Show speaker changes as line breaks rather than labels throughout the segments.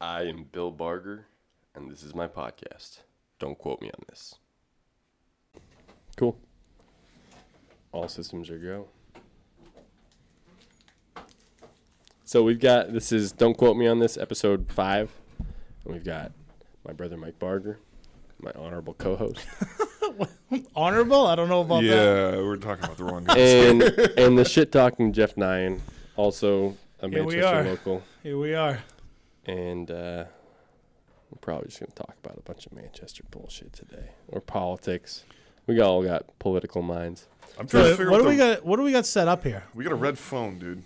I am Bill Barger, and this is my podcast. Don't quote me on this. Cool. All systems are go. So we've got this is don't quote me on this episode five, and we've got my brother Mike Barger, my honorable co-host,
Honorable? I don't know about that.
Yeah, we're talking about the wrong guy.
and and the shit talking Jeff Nyan, also a
Here we
Manchester
are.
local.
Here we are.
and uh, we're probably just going to talk about a bunch of Manchester bullshit today or politics. We all got political minds.
I'm trying to
So
figure
what
out
do we
the-
got? What do we got set up here?
We got a red phone, dude.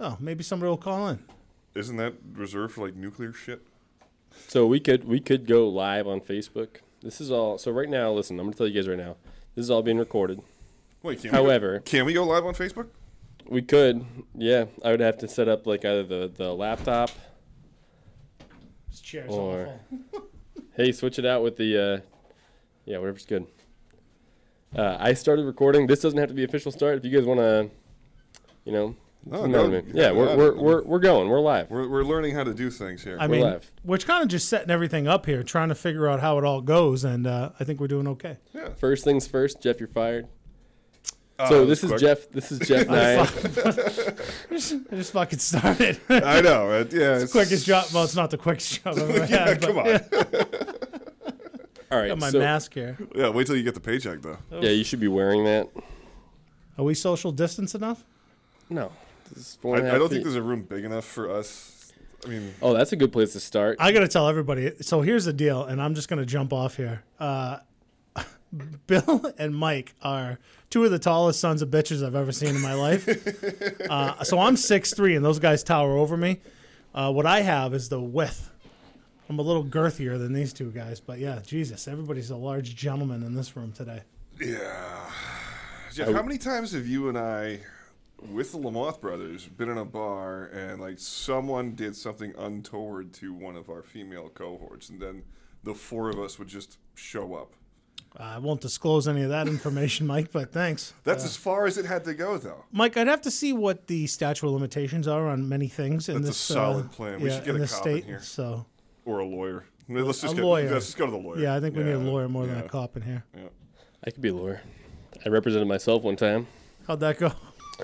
Oh, maybe somebody will call in.
Isn't that reserved for like nuclear shit?
So we could we could go live on Facebook. This is all. So right now, listen, I'm going to tell you guys right now. This is all being recorded.
Wait, can
However-
we go, can we go live on Facebook?
We could, yeah. I would have to set up like either the the laptop.
Just cheers.
Or- Hey, switch it out with the, uh, yeah, whatever's good. Uh, I started recording. This doesn't have to be official start. If you guys want to, you know,
No,
you know
no,
what I mean.
yeah,
yeah, we're,
no,
we're,
no.
we're, we're going. We're live.
We're, we're learning how to do things here.
I mean,
live.
we're kind of just setting everything up here, trying to figure out how it all goes, and uh, I think we're doing okay.
yeah.
First things first, Jeff, you're fired.
Uh,
so this is
quick.
Jeff. This is Jeff
Oh, I,
Nine.
just, I just fucking started.
I know. It, yeah, it's,
quickest job. Well, it's not the quickest job I've ever
Yeah,
had. but-
come on.
All right.
Got my
so,
mask here.
Yeah, wait till you get the paycheck though.
Yeah, you should be wearing that.
Are we social distance enough?
No. This is four
I,
and a
I
half
don't think
feet.
there's a room big enough for us. I mean,
Oh, that's a good place to start.
I got to tell everybody. So here's the deal, and I'm just going to jump off here. Uh, Bill and Mike are two of the tallest sons of bitches I've ever seen in my life. uh, so I'm 6'3", and those guys tower over me. Uh, what I have is the width. I'm a little girthier than these two guys, but yeah, Jesus, everybody's a large gentleman in this room today.
yeah. Jeff, how many times have you and I, with the Lamoth brothers, been in a bar and like someone did something untoward to one of our female cohorts, and then the four of us would just show up?
Uh, I won't disclose any of that information, Mike, but thanks.
That's as far as it had to go, though.
Mike, I'd have to see what the statute of limitations are on many things in
That's a
this
solid
uh,
plan. We
yeah,
should get
in
a
this
cop in
state.
here.
So
Or a lawyer. Let's just,
a
get,
lawyer.
let's just go to the lawyer.
Yeah, I think we need a
Yeah,
lawyer more than
yeah,
a cop in here.
yeah.
I could be a lawyer. I represented myself one time.
How'd that go?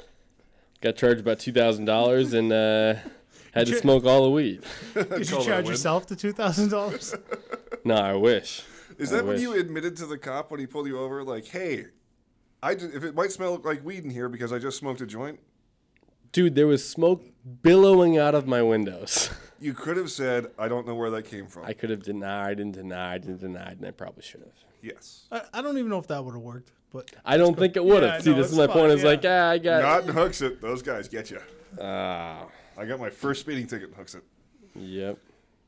Got charged about two thousand dollars and uh, had to
Sure.
smoke all the weed.
Did you
Call that
charge
win.
yourself the two thousand dollars?
No, I wish.
Is
I
that when
wish.
you admitted to the cop when he pulled you over, like, hey, I ju- if it might smell like weed in here because I just smoked a joint?
Dude, there was smoke billowing out of my windows.
You could have said, I don't know where that came from.
I could have denied and denied and denied, and I probably should have.
yes.
I, I don't even know if that would have worked, but
I don't think it would
Yeah,
have. See,
no,
this is
it's
my
fine,
point. It's
yeah.
like, ah, I got.
Not in hooks it. Those guys get you.
Ah,
I got my first speeding ticket in hooks it.
yep.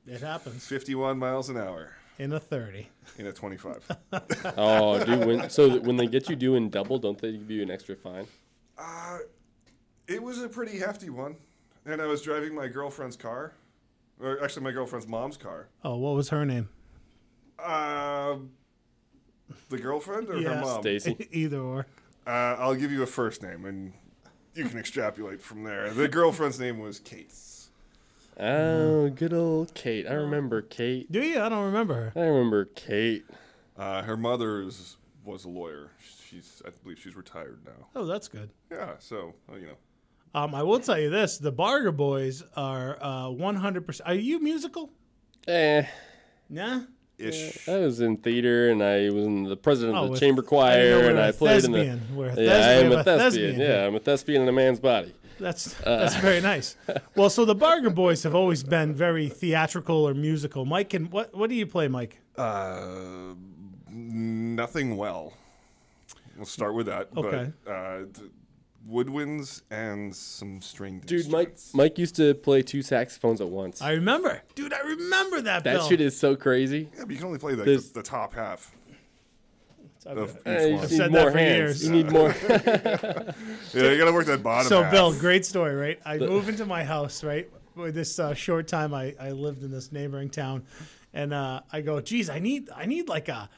it happens
51 miles an hour
in a thirty.
in a 25.
Oh, dude. When, so that when they get you doing double, don't they give you an extra fine?
it was a pretty hefty one. And I was driving my girlfriend's car, or actually my girlfriend's mom's car.
Oh, what was her name?
Um, the girlfriend or
Yeah.
her mom?
Stacy.
Either or.
Uh, I'll give you a first name, and you can extrapolate from there. The girlfriend's name was Kate.
Oh, good old Kate. I remember Kate.
Do you? I don't remember her.
I remember Kate.
Uh, her mother is, was a lawyer. She's, I believe, she's retired now.
Oh, that's good.
Yeah, so well, you know,
Um, I will tell you this: the Barger Boys are uh, one hundred percent. Are you musical?
Eh,
Nah.
ish.
I was in theater and I was in the president
Oh,
of the
with-
chamber
I didn't know
choir
we
and
were
I
a
played in
thespian.
the.
We're a
yeah, I
thes- we
am
have
a
a
thespian.
thespian
Yeah, I'm a thespian in a man's body.
That's that's very nice. Well, so the Barger Boys have always been very theatrical or musical. Mike, can what what do you play, Mike?
Uh, nothing well. We'll start with that.
Okay.
But, uh, d- woodwinds and some string.
Dude, Mike
instruments.
Mike used to play two saxophones at once.
I remember, dude. I remember that.
that
Bill.
shit is so crazy.
Yeah, but you can only play like,
There's-
the, the top half.
Okay.
Of
Eh, you
each one.
just
said
need
that
more
for
hands.
years.
You need more.
Yeah, you gotta work that bottom.
So,
half.
Bill, great story, right? I move into my house, right? With this uh, short time I, I lived in this neighboring town, and uh, I go, geez, I need I need like a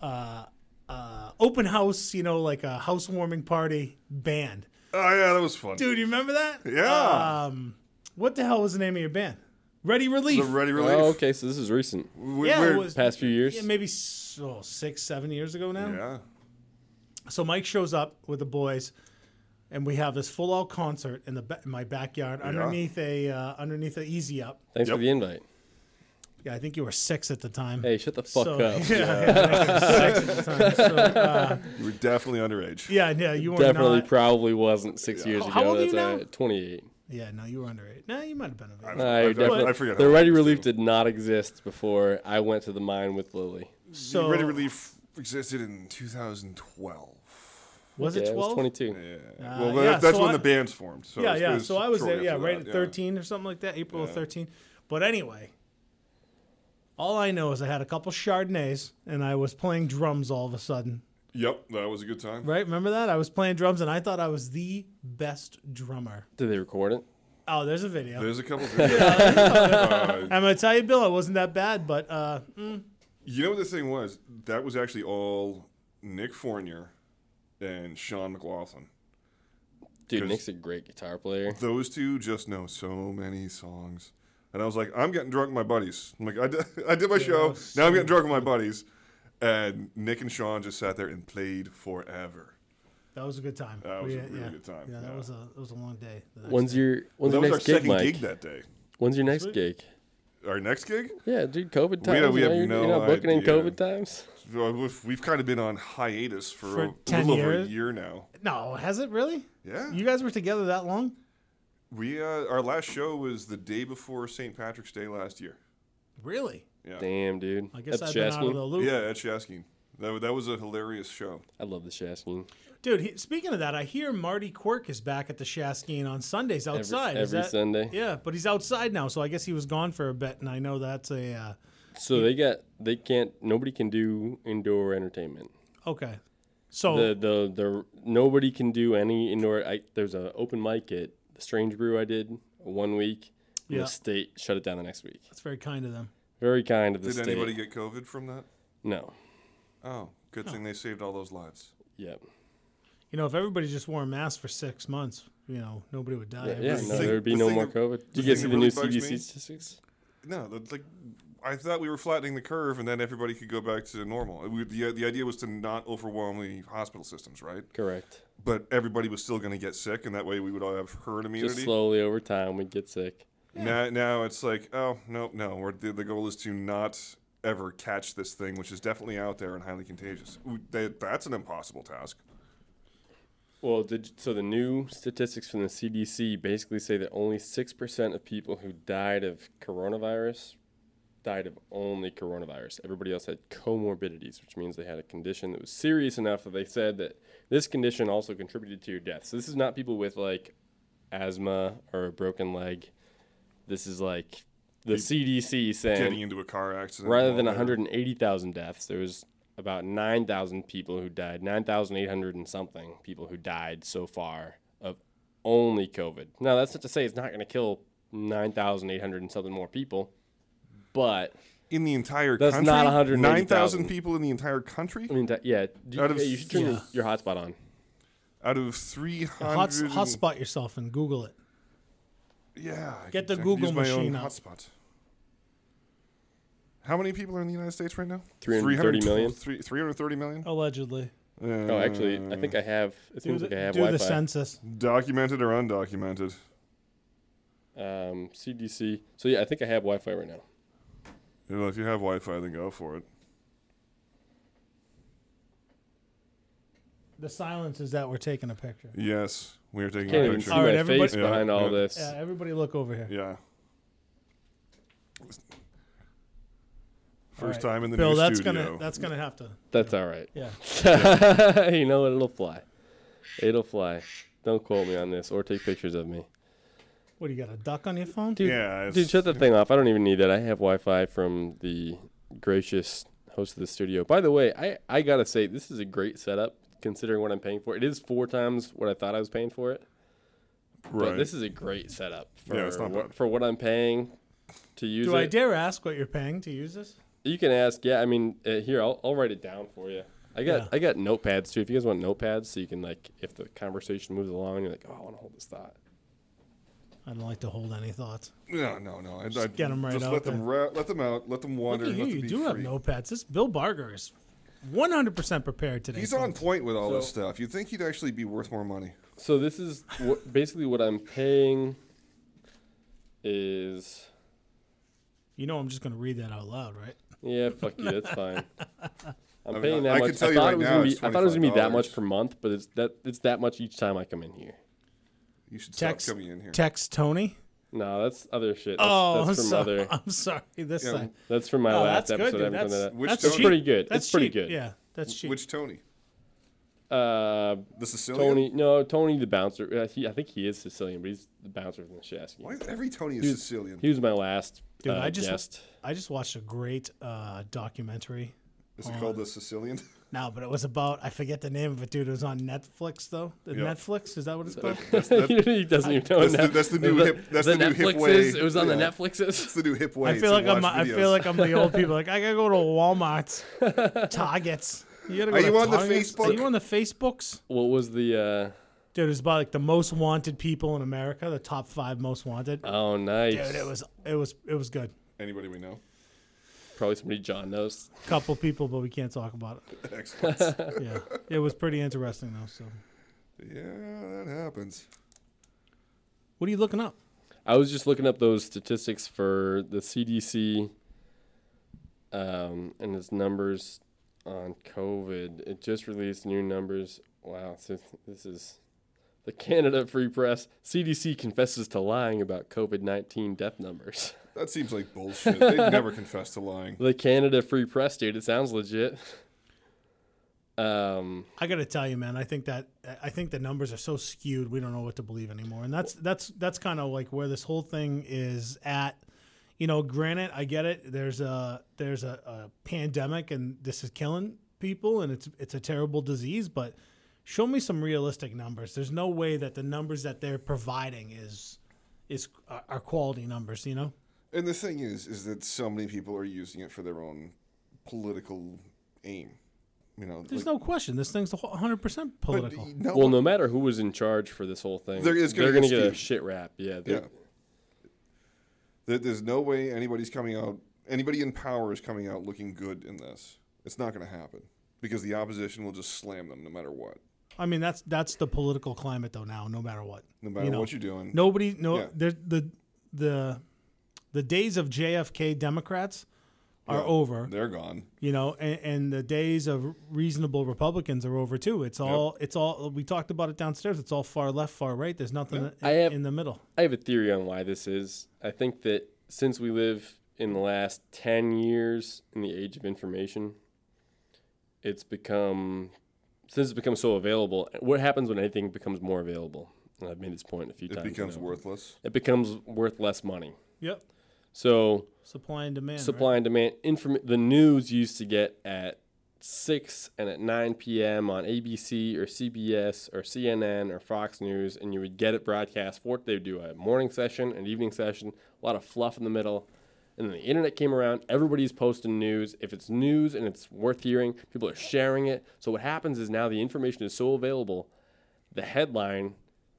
uh, uh, open house, you know, like a housewarming party band. Uh,
Oh yeah, that was fun.
Dude, you remember that?
Yeah.
Um, what the hell was the name of your band? Ready
The
Relief.
Ready Relief.
Oh, okay. So this is recent.
We-
yeah,
we're-
it was
Past few years.
yeah, maybe so, six, seven years ago now.
Yeah.
So Mike shows up with the boys, and we have this full-out concert in the ba- in my backyard underneath a uh, underneath a easy up.
Thanks
Yep.
for the invite.
Yeah, I think you were six at the time.
Hey, shut the fuck
so,
up.
Yeah, yeah, I think you were six at the time. So, uh,
You were definitely underage.
yeah, yeah, you were
Definitely,
not.
probably wasn't six years ago.
How old are
That's
you now?
uh, 28.
yeah, no, you were underage. No, you might have been underage.
I, don't
No,
know.
I
I, I,
definitely-
I forget.
The
how
Ready
old I was,
Relief
too.
did not exist before I went to the mine with Lily.
So
The Ready Relief existed in 2012.
was
yeah,
it
it was
twelve?
22.
Yeah. well, that,
Ah, yeah,
that's
so
when
I-
the band's formed. So it
yeah,
was- it
yeah.
was
So I was
shortly
there, yeah,
after
right
that,
at 13 or something like that, April of
Yeah.
13. But anyway, all I know is I had a couple Chardonnays and I was playing drums all of a sudden.
Yep, that was a good time.
Right? Remember that? I was playing drums and I thought I was the best drummer.
Did they record it?
Oh, there's a video.
There's a couple. Videos. uh,
I'm going to tell you, Bill, it wasn't that bad, but uh, mm,
You know what the thing was? That was actually all Nick Fournier and Sean McLaughlin.
Dude,
'Cause-
Nick's a great guitar player.
Those two just know so many songs. And I was like, I'm getting drunk with my buddies. I'm like, I did, I did my show.
was
Now I'm getting drunk with my buddies. And Nick and Sean just sat there and played forever.
that was a good time.
That was
We-
a really good time,
Yeah, that
yeah.
was a that was a long day. the next
When's
day.
your when's your
that was our
next gig,
second
Mike?
gig that day.
When's your next gig?
Our next gig?
Yeah, dude, COVID times.
We- uh, we
you know,
have
you're, you're
no
not booking in
idea.
COVID times.
Well, We've we've kind of been on hiatus for,
For
a
10
little over a
years?
year now.
No, has it really?
Yeah.
You guys were together that long?
we uh, Our last show was the day before St. Patrick's Day last year.
Really?
Yeah.
Damn, dude.
I guess
That's
I've been out
Chastain.
of the loop.
Yeah, at Shaskin. That, wa- that was a hilarious show.
I love the Shaskin.
Dude, he, speaking of that, I hear Marty Quirk is back at the Shaskeen on Sundays
Every,
outside. is
every
that-
Sunday.
Yeah, but he's outside now, so I guess he was gone for a bit, and I know that's a uh,
So they got they can't nobody can do indoor entertainment.
okay. So
The the the nobody can do any indoor. I, there's an open mic at the Strange Brew I did one week. and
Yeah.
The state shut it down the next week.
that's very kind of them.
Very kind of the
Did
state.
anybody get COVID from that?
no.
Oh, good thing they saved all those lives.
Yep.
You know, if everybody just wore a mask for six months, you know, nobody would die.
Yeah. yeah,
the
no,
thing-
there would be
the
no
thing
more
that-
COVID.
the
Did you guys
thing
see
that
the new
really bugs
CDC
me-
statistics?
No, that, like I thought we were flattening the curve, and then everybody could go back to normal. We, the the idea was to not overwhelm the hospital systems, right?
Correct.
But everybody was still going to get sick, and that way we would all have herd
Just
immunity.
slowly over time, we get sick.
Now, now it's like, oh no, no. We're, the, the goal is to not ever catch this thing, which is definitely out there and highly contagious. We- That, that's an impossible task.
Well, did, so the new statistics from the CDC basically say that only 6% of people who died of coronavirus died of only coronavirus. Everybody else had comorbidities, which means they had a condition that was serious enough that they said that this condition also contributed to your death. So this is not people with like asthma or a broken leg. This is like the CDC
Getting
saying
into a car accident
rather than
all that.
180,000 deaths, there was about 9,000 people who died, 9,800 and something people who died so far of only COVID. Now, that's not to say it's not going to kill 9,800 and something more people, but
in the entire
That's
country.
not 180,000.
9,000 people in the entire country
I mean, that, yeah, do,
Out of
yeah, you should turn
s-
your, your hotspot on.
out of
Yeah, Hot,
300. and-
hotspot yourself and Google it.
Yeah. I
Get
could-
the
I could
Google
use my
machine
own
up.
hotspot. How many people are in the United States right now?
330 million?
312 330 million? Uh,
Allegedly,
Oh, actually, I think I have. It
do
seems
the,
like I have
do the
Wi-Fi.
census.
Documented or undocumented?
Um, CDC. So yeah, I think I have Wi-Fi right now.
You know, if you have Wi Fi, then go for it.
The silence is that we're taking a picture.
Yes, we are taking
Can't
a
even see
picture.
All
my
right,
face
everybody-
Yeah,
behind all
yeah.
this.
Yeah, everybody, look over here.
Yeah. First
All right.
time in the
Bill,
new
that's
studio.
gonna that's gonna have to.
That's all right.
Yeah.
you know what? It'll fly. It'll fly. Don't quote me on this or take pictures of me.
What do you got? A duck on your phone?
Dude,
Yeah, it's-
dude, shut that thing off. I don't even need that. I have Wi Fi from the gracious host of the studio. By the way, I, I got to say, this is a great setup considering what I'm paying for. It is four times what I thought I was paying for it.
right.
But this is a great setup for,
Yeah, it's not
what,
bad.
for what I'm paying to use
Do
it.
I dare ask what you're paying to use this?
You can ask. Yeah, I mean, uh, here I'll, I'll write it down for you. I got
Yeah.
I got notepads too. If you guys want notepads, so you can like if the conversation moves along, you're like, oh, I want to hold this thought.
I don't like to hold any thoughts.
No, no, no. I,
Just get 'em right
just
out
let them ra- let them out. Let them wander.
Look at you.
let them
You
be
do have
free.
notepads. This Bill Barger is 100% prepared today.
He's on
folks.
point with all this
So-
stuff. You'd think he'd actually be worth more money.
So this is what, basically what I'm paying is
You know I'm just going to read that out loud, right?
yeah, fuck you, that's fine. I'm
mean,
paying that
I- I can
much.
tell
I
you
thought
right
it was
now
gonna be
it's
I thought it was gonna be that much
$25.
per month, but it's that it's that much each time I come in here.
You should stop
Text,
coming in here.
text Tony.
No, that's other shit. That's,
Oh,
that's from
I'm, sorry.
other.
I'm sorry. This
Yeah,
side.
That's from my
Oh,
last
that's good,
episode.
dude.
I haven't
That's-
done
Which
That's
Tony?
It's pretty good.
That's
It's pretty
cheap.
good.
Yeah, that's cheap.
Which Tony?
that. Uh,
The Sicilian.
Tony, no, Tony the bouncer. Uh, he, I think he is Sicilian, but he's the bouncer from the Shasky.
Why is every Tony is
Dude.
Sicilian?
He was my last
Dude,
uh,
I just-
guest.
I just watched a great uh, documentary.
Is it called the Sicilian?
No, but it was about I forget the name of it, dude. It was on Netflix though. The
Yeah. Uh,
Netflix is that what it's called?
he doesn't even know.
that's the-
Net-
that's the new hip- that's the new hip
Netflixes,
way.
It was on the
Yeah.
Netflixes.
It's the new hip way.
I feel
to
like I'm.
watch
I
videos.
feel like I'm the old people. Like I gotta go to Walmart, Targets. You gotta go
Are
to
you on the
Targets.
Facebook?
Are you on the Facebooks?
What was the?
Dude, it was about like the most wanted people in America, the top five most wanted.
Uh, oh, nice.
Dude, it was it was it was good.
Anybody we know?
probably somebody John knows.
Couple people, but we can't talk about it.
Excellent.
Yeah, it was pretty interesting though. So,
yeah, that happens.
what are you looking up?
I was just looking up those statistics for the CDC um, and its numbers on COVID. It just released new numbers. Wow, so this is the Canada Free Press. CDC confesses to lying about COVID 19 death numbers.
That seems like bullshit. They never confess to lying.
The Canada Free Press, dude. It sounds legit. Um,
I gotta tell you, man. I think that I think the numbers are so skewed. We don't know what to believe anymore, and that's that's that's kind of like where this whole thing is at. You know, granted, I get it. There's a there's a, a pandemic, and this is killing people, and it's it's a terrible disease. But show me some realistic numbers. There's no way that the numbers that they're providing is is are are quality numbers. You know,
And the thing is, is that so many people are using it for their own political aim. You know,
there's no question. This thing's 100 percent
but
political.
no,
well, no matter who was in charge for this whole thing,
There is gonna
they're going
get
to get a
skewed.
shit rap. Yeah, they-
yeah. There- There's no way anybody's coming out. Anybody in power is coming out looking good in this. It's not going to happen because the opposition will just slam them no matter what.
I mean, that's that's the political climate though now. No matter what.
No matter
know,
what you're doing.
Nobody, no,
Yeah.
the the the the days of JFK Democrats are
Yeah.
over.
They're gone.
You know, and, and the days of reasonable Republicans are over too. It's all it's all we talked about it downstairs. It's all far left, far right. There's nothing in,
I have-
in the middle.
I have a theory on why this is. I think that since we live in the last 10 years in the age of information, it's become, since it's become so available, what happens when anything becomes more available? And I've made this point a few
It
times.
becomes
now.
worthless.
It becomes worth less money.
Yep.
So
Supply and demand.
supply and demand. Inform- the news used to get at 6 and at 9 p.m. on ABC or CBS or CNN or Fox News, and you would get it broadcast. For they would do a morning session, an evening session, a lot of fluff in the middle. And then the internet came around. Everybody's posting news. If it's news and it's worth hearing, people are sharing it. So what happens is now the information is so available, the headline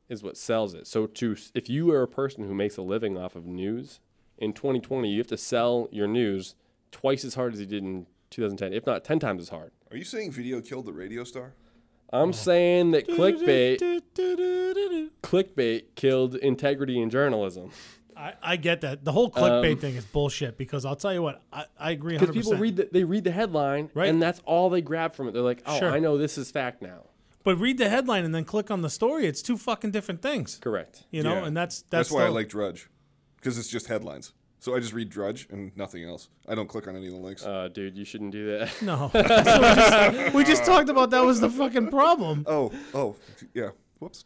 is what sells it. So to if you are a person who makes a living off of news in 2020, you have to sell your news twice as hard as you did in 2010, if not 10 times as hard.
Are you saying video killed the radio star?
Oh.
I'm saying that
Right?
clickbait clickbait killed integrity in journalism
I, I get that. The whole clickbait thing is bullshit because I'll tell you what, I, I agree 100%.
Um, because people read the, they read the headline
Right.
and that's all they grab from it. They're like, "Oh,
Sure.
I know this is fact now."
but read the headline and then click on the story. It's two fucking different things.
Correct.
You know,
Yeah.
and that's
That's,
that's,
why I
the-
like Drudge, because it's just headlines. So I just read Drudge and nothing else. I don't click on any of the links.
Uh, dude, you shouldn't do that.
No. That's what we, just, we just talked about that was the fucking problem.
oh, oh, yeah. Whoops.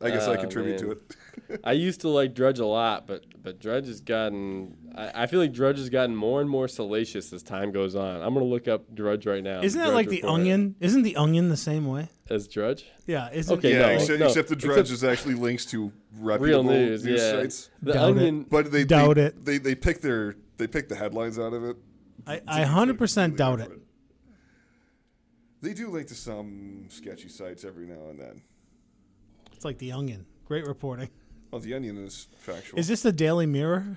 I guess I
Ah,
contribute to
man.
it.
I used to like Drudge a lot, but but Drudge has gotten. I, I feel like Drudge has gotten more and more salacious as time goes on. I'm gonna look up Drudge right now.
Isn't that
Drudge
like the
Report.
onion? Isn't the onion the same way?
As Drudge,
Yeah. Isn't
Okay,
Yeah,
No,
except,
no,
except the Drudge
except-
is actually links to
real
reputable
news,
news
yeah.
sites.
The
Doubt it.
onion,
But they
Doubt
they,
it.
They they pick their they pick the headlines out of it.
I, I 100% doubt it.
They do link to some sketchy sites every now and then.
It's like the onion. Great reporting.
Well, the onion is factual.
Is this the Daily Mirror?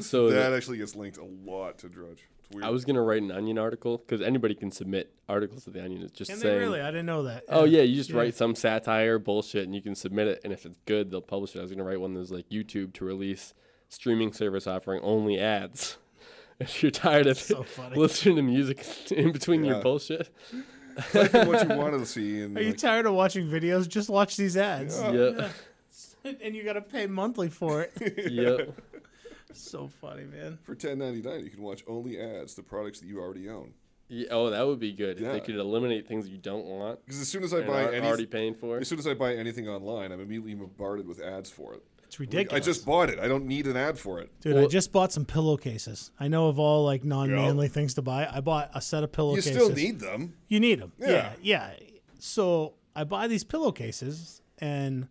So
that actually gets linked a lot to Drudge. It's weird.
I was gonna write an Onion article because anybody can submit articles to the Onion. It's just
Can
saying,
they really? I didn't know that.
oh yeah, you just
Yeah.
write some satire bullshit and you can submit it, and if it's good, they'll publish it. I was gonna write one that was like YouTube to release streaming service offering only ads. If you're tired of
So funny.
listening to music in between your
Yeah.
bullshit,
Type in what you wanted to see, and
Are you
like,
tired of watching videos? Just watch these ads.
Yeah.
yeah,
and you got to pay monthly for it.
yep.
so funny, man.
for ten ninety nine, you can watch only ads, the products that you already own.
Yeah, oh, that would be good. If
Yeah.
they could eliminate things you don't want
Because as soon as I
and
buy
are
any,
already paying for.
as soon as I buy anything online, I'm immediately bombarded with ads for it.
It's ridiculous.
I just bought it. I don't need an ad for it.
Dude, I
Well-
just bought some pillowcases. I know of all like non-manly things to buy. I bought a set of
You
pillowcases.
still need them.
You need them. Yeah.
Yeah.
yeah, So I buy these pillowcases, and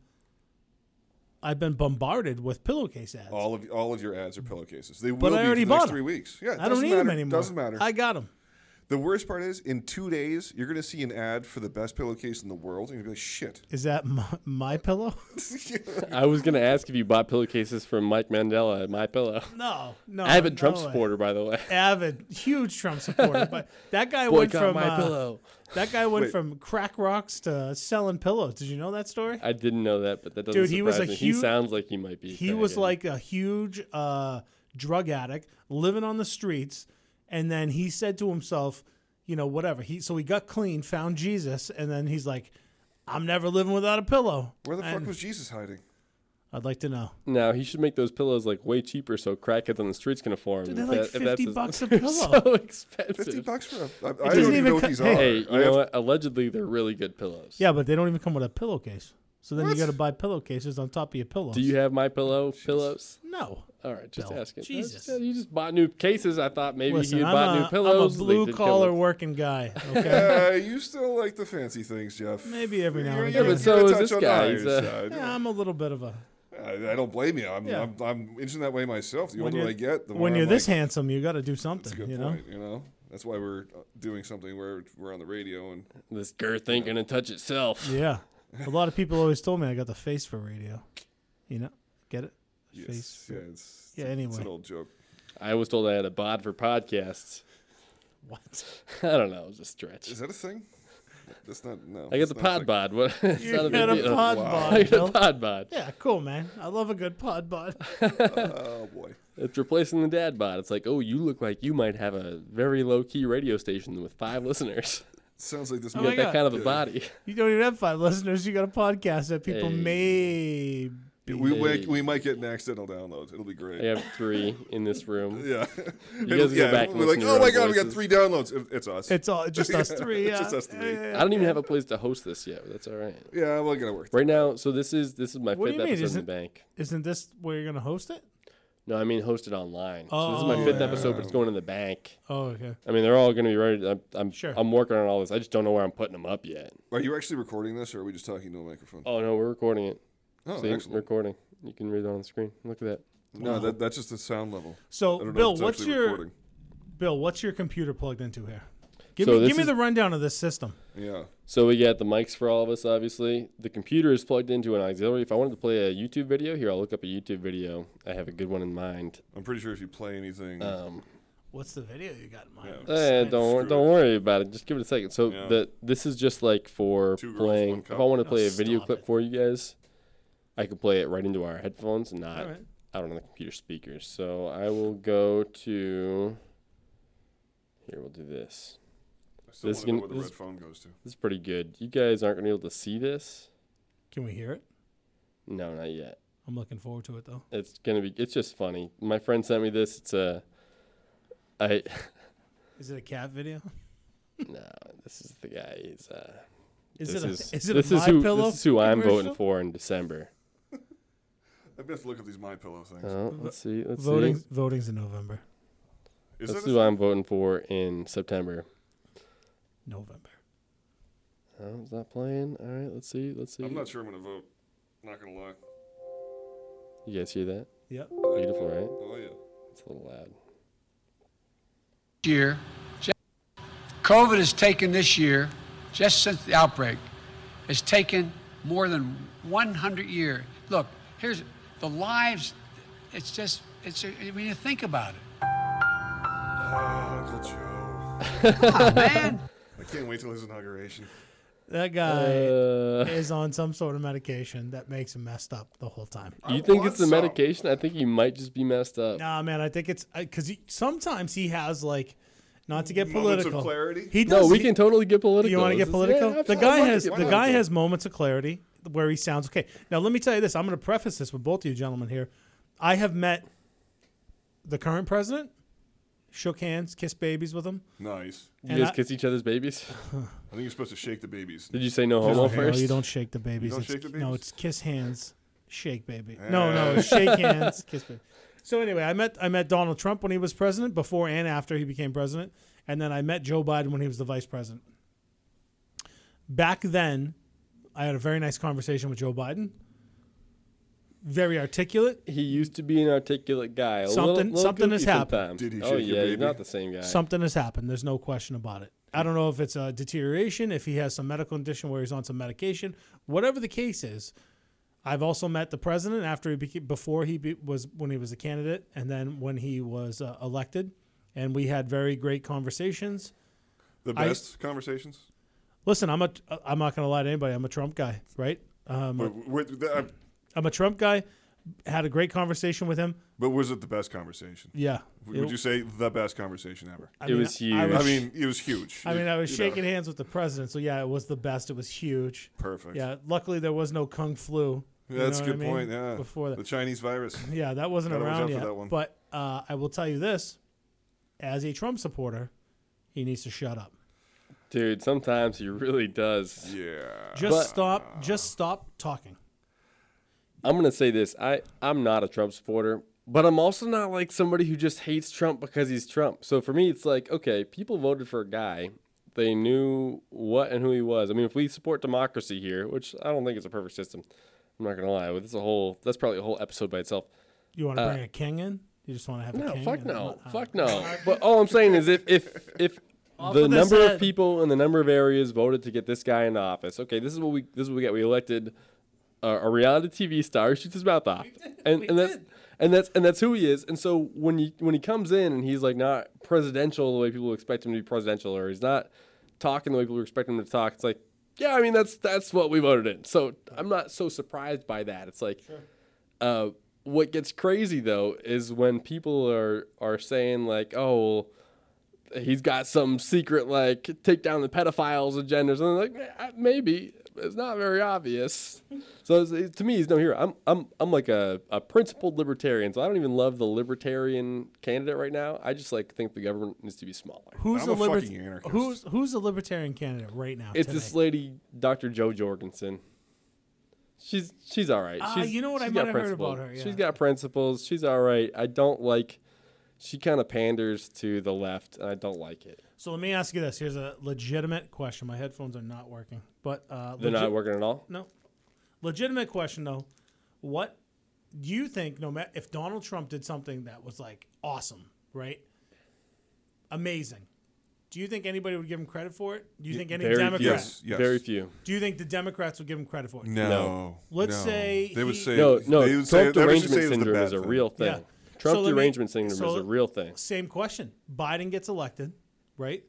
I've been bombarded with pillowcase ads.
All of all of your ads are pillowcases. They will
I
be
already
for the
bought
next
them.
three weeks. Yeah, it
I don't
doesn't
need
matter.
them anymore.
Doesn't matter.
I got them.
the worst part is, in two days, you're going to see an ad for the best pillowcase in the world, and you're going to be like, "Shit."
Is that my, my pillow?
I was gonna ask if you bought pillowcases from Mike Mandela at My Pillow.
no, no.
Avid Trump
no way.
supporter, by the way.
Avid, huge Trump supporter. but that guy went
Boycott
from
My
uh,
Pillow.
that guy went
Wait.
from crack rocks to selling pillows. Did you know that story?
I didn't know that, but that doesn't
Dude, he was
surprise
a
me.
huge-
he sounds like he might be.
he was like a huge uh, drug addict living on the streets and then he said to himself you know whatever he so he got clean found jesus and then he's like i'm never living without a pillow
Where the
And
fuck was Jesus hiding?
i'd like to know
Now he should make those pillows like way cheaper, so crackheads on the streets can afford them.
they're
if
like
that- if
50
his-
bucks a
they're
pillow.
So
Fifty
expensive.
bucks for a. I, I
doesn't
don't even
even
know what
co-
these
Hey,
are.
Hey, you
I
know
have-
what? Allegedly, they're really good pillows.
yeah but they don't even come with a pillowcase so then you got to buy pillowcases on top of your pillows
Do you have my pillow pillows?
no
All right, just
Bill.
asking.
Jesus.
Uh, you just bought new cases. I thought maybe
Listen,
you
I'm,
bought
a,
new pillows.
I'm
They
a blue
did come
collar
with-
working guy. Okay,
Uh, you still like the fancy things, Jeff.
Maybe every now
You're-
and
you're-
then. Yeah, but
so
you're a
is
touch
this
on the
guy.
higher
He's uh, a-
side.
yeah, I'm a little bit of a.
I, I don't blame you. I'm,
Yeah.
I'm I'm inching that way myself. The
When
older
you're,
I get, the more
when
I'm
you're this
like,
handsome, you got to do
That's a
something.
good
you know,
point. You know, that's why we're uh, doing something where we're on the radio and
This girth ain't gonna touch itself.
Yeah. A lot of people always told me I got the face for radio. You know, get it?
yes,
Face.
yeah, it's,
Yeah,
it's
anyway.
an old joke.
I was told I had a bod for podcasts.
What?
I don't know. It was a stretch.
Is that a thing? That's not no.
I got
it's
the
not
pod
like-
bod. What? It's
You
not a
got
big
a
deal.
pod
Wow.
I
bod.
got a
Bill.
pod bod.
Yeah, cool, man. I love a good pod bod.
Oh boy.
It's replacing the dad bod. It's like, oh, you look like you might have a very low key radio station with five listeners.
Sounds like this.
Oh
You
my
got that
God.
kind of a body.
You don't even have five listeners. You got a podcast that people
Hey.
may.
we, we
Hey.
we might get an accidental download. It'll be great.
I have three in this room.
Yeah.
guys
It'll-
go
yeah,
back and listen
we're like,
to your
oh my
own
god, we got
voices."
three downloads. It- it's us.
It's all just us three.
It's
Yeah.
just us three.
Yeah, yeah,
I don't even have a place to host this yet, but that's all right.
yeah, we're gonna work.
Right now, so this is this is my
What do
fifth
you mean,
episode in
is
the
it-
bank.
Isn't this where you're gonna host it?
No, I mean hosted online. so this is
Oh,
my fifth
yeah.
episode, but it's going in the bank.
Oh, okay.
I mean, they're all going to be ready. I'm I'm,
Sure.
I'm working on all this. I just don't know where I'm putting them up yet.
Are you actually recording this, or are we just talking to a microphone?
Oh no, we're recording it.
Oh,
See,
excellent.
recording. You can read it on the screen. Look at that.
No, that, that's just the sound level. I
So,
don't know if
Bill,
it's
what's
actually
your
recording.
Bill? What's your computer plugged into here? Give
So
me
this
give me
is-
the rundown of this system.
Yeah.
So we got the mics for all of us, obviously. The computer is plugged into an auxiliary. If I wanted to play a YouTube video, here I'll look up a YouTube video. I have a good one in mind.
I'm pretty sure if you play anything,
Um,
What's the video you got in mind?
Yeah.
I'm
eh,
excited.
don't wor-
screw
don't worry about it. Just give it a second. So
Yeah.
the this is just like for
Two girls, one
playing. If
cup.
I want to
Oh,
play a video
stop
clip
it.
for you guys, I could play it right into our headphones and
All
not
right.
out on the computer speakers. So I will go to. Here we'll do this.
I still
this
want to know
can-
where the
this-
red phone goes to.
This is pretty good. You guys aren't gonna be able to see this.
Can we hear it?
No, not yet.
I'm looking forward to it though.
It's gonna be. It's just funny. My friend sent me this. It's a. I
Is it a cat video?
no. This is the guy. He's. Uh,
Is
this
it a,
is-
is it
this
a
is
my
who
pillow?
this is who I'm voting
commercial?
for in December.
I'm gonna have to look up these my pillow things.
Oh, let's see. Let's
Voting
see.
voting's in November.
Is
Let's
that
see
a,
who I'm voting for in September.
November.
Oh, it's not playing. All right. Let's see. Let's see.
I'm not sure I'm gonna vote. Not gonna lie.
You guys hear that?
Yep.
Beautiful, right?
Oh yeah.
It's a little loud.
year, COVID has taken this year, just since the outbreak, has taken more than 100 years. Look, here's the lives. It's just, it's when you think about it.
Ah, Uncle Joe.
Man,
I can't wait till his inauguration.
That guy
Uh,
is on some sort of medication that makes him messed up the whole time.
you think
want
it's the
some.
medication? I think he might just be messed up.
Nah, man, I think it's because he, sometimes he has like, not to get
Moments of
political.
clarity?
He
No,
does,
we
he-
can totally get political.
Do you want to
This
get
is-
political?
yeah,
the
I'd
guy
like to
has
get
the
political.
guy has moments of clarity where he sounds okay. Now let me tell you this. I'm going to preface this with both of you gentlemen here. I have met the current president, shook hands, kissed babies with him.
Nice. I
You
and
guys
I-
kiss each other's babies?
think you're supposed to shake the babies.
Did you say no homo
No,
first?
you don't shake the babies.
don't
It's-
shake the
No,
babies?
it's kiss hands, shake baby. No, no, shake hands, kiss baby. So anyway, I met I met Donald Trump when he was president, before and after he became president, and then I met Joe Biden when he was the vice president. Back then, I had a very nice conversation with Joe Biden. Very articulate.
He used to be an articulate guy. A little-
Something-
little
something has
goofy
happened.
sometimes.
Did he
Oh
shake your
yeah, he's
baby?
not the same guy.
Something has happened. There's no question about it. I don't know if it's a deterioration, if he has some medical condition where he's on some medication, whatever the case is. I've also met the president after he became, before he be, was when he was a candidate, and then when he was uh, elected, and we had very great conversations.
The
I-
best conversations?
Listen, I'm a I'm not gonna lie to anybody. I'm a Trump guy, right? Um,
But, w- th- I-
I'm a Trump guy. Had a great conversation with him.
but was it the best conversation?
Yeah.
W- Would you say the best conversation ever?
I
It was
I
huge.
was,
I mean, it was huge.
I mean, I was
You know,
shaking hands with the president, so yeah, it was the best. It was huge.
Perfect.
Yeah, luckily there was no kung flu. you
That's a
know what I
good
mean,
point. Yeah.
Before that,
The Chinese virus.
yeah, that wasn't
Gotta watch out
around
for
yet.
that one.
But uh, I will tell you this: as a Trump supporter, he needs to shut up.
Dude, sometimes he really does.
Yeah.
Just stop. Just stop talking.
I'm gonna say this. I I'm not a Trump supporter, but I'm also not like somebody who just hates Trump because he's Trump. So for me, it's like okay, people voted for a guy. They knew what and who he was. I mean, if we support democracy here, which I don't think it's a perfect system, I'm not gonna lie. Well, It's a whole. That's probably a whole episode by itself.
You want to bring a king in? You just want to have a
Uh, No,
king?
fuck
and-
no, fuck no. But all I'm saying is, if if if the
of this
number
head.
of people and the number of areas voted to get this guy in office, okay, this is what we this is what we get. We elected a, a reality TV star who shoots his mouth off, and and that's and that's and that's who he is. And so when you when he comes in and he's like not presidential the way people expect him to be presidential, or he's not talking the way people expect him to talk, it's like. Yeah, I mean that's that's what we voted in. So I'm not so surprised by that. It's like, uh, what gets crazy though is when people are are saying like, "Oh, well, he's got some secret like take down the pedophiles agenda," or something like eh, maybe it's not very obvious. so it's, it- to me, he's no hero. I'm I'm I'm like a, a principled libertarian, so I don't even love the libertarian candidate right now. I just like think the government needs to be smaller.
Who's
I'm
the
a
liber-
fucking anarchist.
Who's who's the libertarian candidate right now?
It's
today?
this lady, Dr. Joe Jorgensen. She's she's all right.
Ah,
She's,
you know what? I
she's got
might have heard about
principles.
her, yeah.
She's got principles. She's all right. I don't like. She kind of panders to the left, and I don't like it.
So let me ask you this. Here's a legitimate question. My headphones are not working, but uh,
They're
legi-
not working at all.
No. Legitimate question though. What do you think no matter if Donald Trump did something that was like awesome, right? Amazing. Do you think anybody would give him credit for it? Do you think any
very few.
Democrat?
Yes, yes.
Very few.
Do you think the Democrats would give him credit for it?
No.
Let's
no.
say
they would
he-
say
No, no.
They
Trump
would say, they would say
derangement
it's the
syndrome
bad
is a
thing.
real thing.
Yeah.
Trump
So let me-
derangement syndrome
so
is a real thing.
Same question. Biden gets elected, right?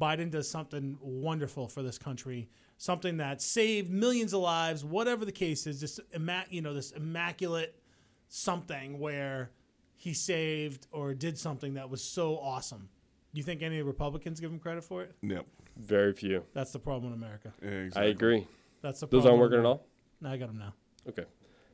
Biden does something wonderful for this country, something that saved millions of lives, whatever the case is, this imma- you know, this immaculate something where he saved or did something that was so awesome. You think any Republicans give him credit for it?
Yep.
Very few.
That's the problem in America.
I
Exactly.
agree.
That's the
Those aren't
problem.
working at all.
No, I got him now.
Okay.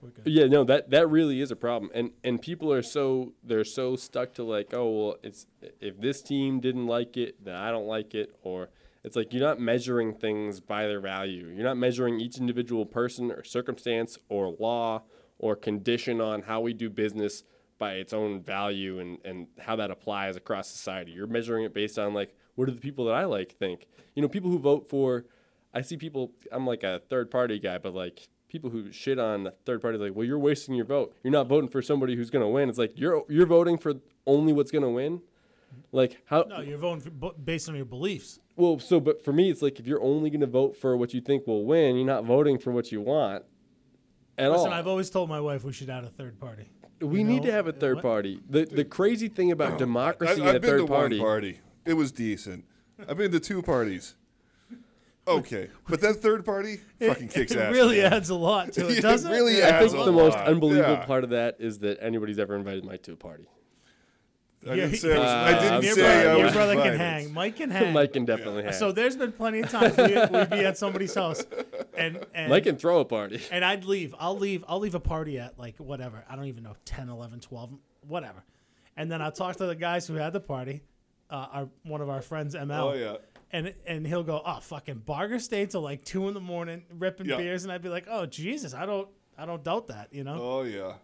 We're good.
Yeah, no, that that really is a problem, and and people are so they're so stuck to like, oh well, it's if this team didn't like it, then I don't like it, or it's like you're not measuring things by their value. You're not measuring each individual person or circumstance or law or condition on how we do business by its own value and and how that applies across society. You're measuring it based on like what do the people that I like think? You know, people who vote for I see people. I'm like a third party guy, but like people who shit on third party, like, well, you're wasting your vote. You're not voting for somebody who's gonna win. It's like you're you're voting for only what's gonna win. Like how?
No, Oh, you're voting for, bu- based on your beliefs.
Well, so but for me, it's like if you're only gonna vote for what you think will win, you're not voting for what you want. at
Listen,
all.
I've always told my wife we should add a third party.
Oh. we
you
need
know,
to have a third
what-
party. The the crazy thing about democracy
I,
and a
have been to
third party,
one party. It was decent. I've been to two parties. Okay, but that third party fucking kicks
it
ass.
really
man.
adds a lot to
Yeah,
it,
it
doesn't it?
really
I think
adds a
the most
lot.
unbelievable
Yeah.
part of that is that anybody's ever invited Mike to a party.
I didn't
Yeah,
say. I, was,
Uh,
I didn't
I'm
your
say.
sorry,
brother,
I
your
was
brother can
invited.
hang. Mike can hang.
Mike can definitely have.
So there's been plenty of times we, we'd be at somebody's house, and and
Mike can throw a party.
and I'd leave. I'll leave. I'll leave a party at like whatever. I don't even know 10, 11, 12, whatever. And then I'll talk to the guys who had the party. Uh, our one of our friends, ML.
Oh yeah.
And and he'll go, oh fucking Barger stayed till like two in the morning ripping
Yeah.
beers, and I'd be like, oh Jesus, I don't I don't doubt that, you know.
Oh yeah.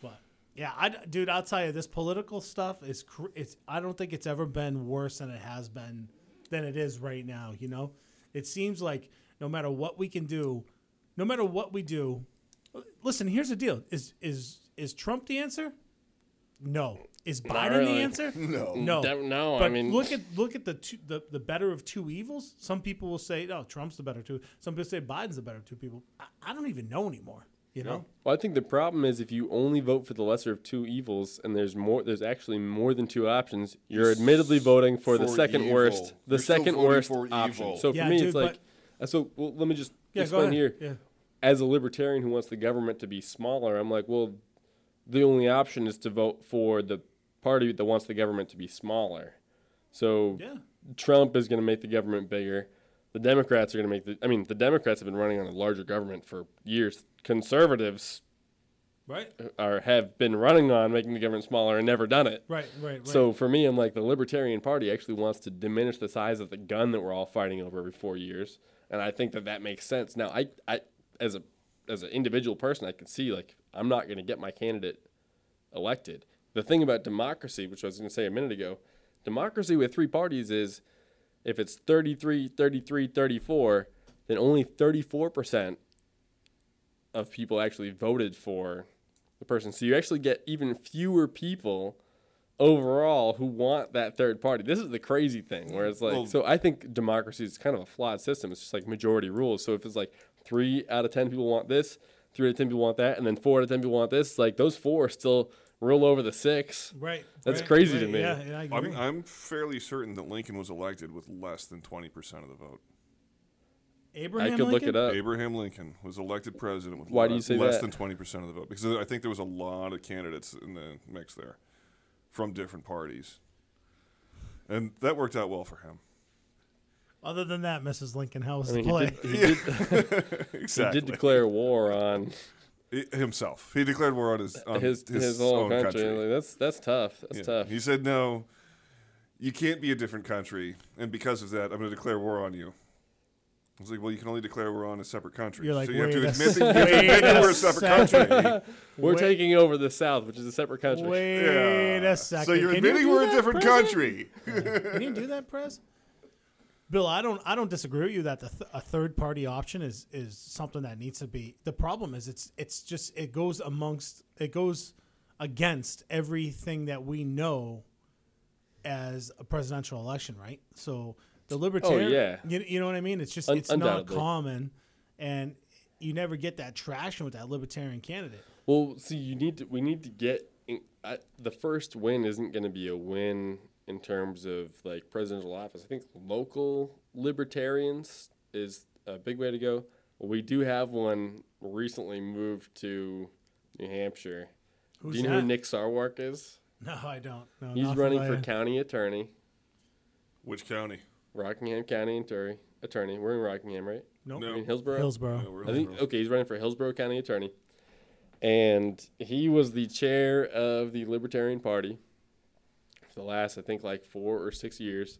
But yeah, I dude, I'll tell you, this political stuff is cr- it's I don't think it's ever been worse than it has been than it is right now. You know, it seems like no matter what we can do, no matter what we do, listen. Here's the deal: is is is Trump the answer? No. Is Biden
really.
the answer?
No.
No.
That- no, I
But
mean-
look at look at the, two, the the better of two evils. Some people will say, "No, Trump's the better two. Some people say Biden's the better of two people. I, I don't even know anymore. You know.
Well, I think the problem is if you only vote for the lesser of two evils, and there's more, there's actually more than two options. You're admittedly voting for, the
for
second
evil.
worst, the
You're still
second
voting
worst
for
option.
evil.
So for
Yeah,
me,
dude,
it's like, uh, so well, let me just
Yeah, go
explain
ahead.
here.
Yeah.
As a libertarian who wants the government to be smaller, I'm like, well, the only option is to vote for the party that wants the government to be smaller. So
Yeah.
Trump is going to make the government bigger. The Democrats are going to make the. I mean, the Democrats have been running on a larger government for years. Conservatives
Right.
or have been running on making the government smaller and never done it.
Right. Right. Right.
So for me, I'm like the Libertarian Party actually wants to diminish the size of the gun that we're all fighting over every four years, and I think that that makes sense. Now, I, I as a as an individual person, I can see like I'm not going to get my candidate elected. The thing about democracy, which I was going to say a minute ago, democracy with three parties is if it's 33, 33, 34, then only 34% of people actually voted for the person. So you actually get even fewer people overall who want that third party. This is the crazy thing where it's like,
Well-
so I think democracy is kind of a flawed system. It's just like majority rules. So if it's like three out of 10 people want this, three out of 10 people want that, and then four out of 10 people want this, like those four still rule over the six.
Right.
That's
right,
crazy to
right,
me.
Yeah, yeah, I agree.
I'm, I'm fairly certain that Lincoln was elected with less than 20% of the vote.
Abraham
I could
Lincoln?
look it up.
Abraham Lincoln was elected president with
Uh, Why
less,
do you say
less
that?
than 20% of the vote because I think there was a lot of candidates in the mix there from different parties. And that worked out well for him.
Other than that, Mrs. Lincoln, how was
I mean, he
the play?
did, he did, he
Exactly.
did declare war on
He- himself. He declared war on his on
Uh, his his, whole
own
country.
country.
Like, that's that's tough. That's
Yeah.
tough.
He said no. You can't be a different country, and because of that, I'm going to declare war on you. I was like, well, you can only declare war on a separate country.
You're like,
so you have to
wait a
admit that, you have to
wait
admit that
a
we're a separate country.
We're
Wait-
taking over the South, which is a separate country.
Wait
Yeah.
a second.
So you're
Can
admitting
you do
we're a
that,
different
Prez?
country.
Can you do that, Prez? Bill, I don't, I don't disagree with you that the th- a third party option is is something that needs to be. The problem is it's it's just it goes amongst it goes against everything that we know as a presidential election, right? So the libertarian,
Oh, yeah.
you, you know what I mean. It's just
Un-
it's not
undoubtedly.
common, and you never get that traction with that libertarian candidate.
Well, see, you need to. We need to get in, I, the first win isn't going to be a win in terms of like presidential office. I think local libertarians is a big way to go. We do have one recently moved to New Hampshire. do you know
that?
who Nick Sarwark is?
No, I don't. No,
He's
not
running for
familiar.
county attorney,
Which county?
Rockingham County attorney. Attorney, we're in Rockingham, right?
Nope.
I
No.
mean Hillsborough.
Hillsborough.
No, we're
I think
liberal.
okay, he's running for Hillsborough County Attorney, and he was the chair of the Libertarian Party for the last I think like four or six years.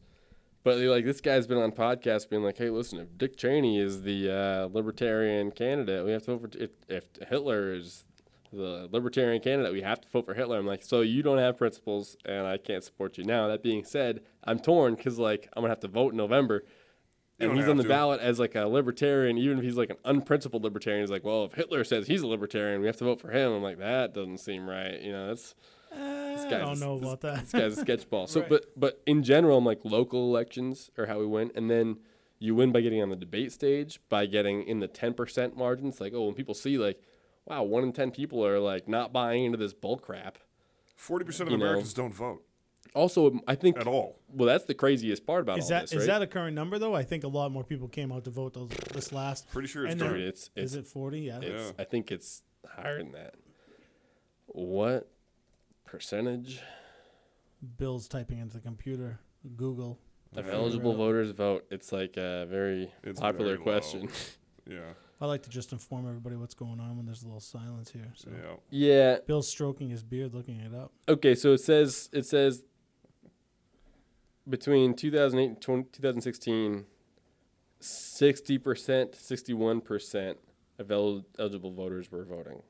But like this guy's been on podcasts being like, "Hey, listen, if Dick Cheney is the uh, Libertarian candidate, we have to vote for if, if Hitler is the Libertarian candidate, we have to vote for Hitler." I'm like, "So you don't have principles, and I can't support you." Now that being said, I'm torn because like I'm gonna have to vote in November.
You
And
don't
he's on
have
the
to.
ballot as like a libertarian, even if he's like an unprincipled libertarian. He's like, well, if Hitler says he's a libertarian, we have to vote for him. I'm like, that doesn't seem right. You know, that's
Uh,
guy's
I don't
a-
know
this-
about that.
this guy's a sketchball. So,
Right.
but but in general, I'm like local elections are how we win, and then you win by getting on the debate stage, by getting in the ten percent margins. Like, oh, when people see like, wow, one in ten people are like not buying into this bull crap.
Forty percent of
You know.
Americans don't vote
Also, um, I think
at all.
well, that's the craziest part about
Is
all
that
this,
is
right?
that a current number though? I think a lot more people came out to vote those, this last.
Pretty sure it's
and then-
current.
It's-
is
it's-
it forty? Yeah.
It's,
Yeah.
I think it's higher than that. What percentage
Bill's typing into the computer. Google.
of eligible voters vote? It's like a very
It's
popular
very low.
question.
Yeah,
I like to just inform everybody what's going on when there's a little silence here. So
yeah.
yeah.
Bill's stroking his beard, looking it up.
Okay, so it says it says between 2008 and 20, 2016 60%, 61% of el- eligible voters were voting.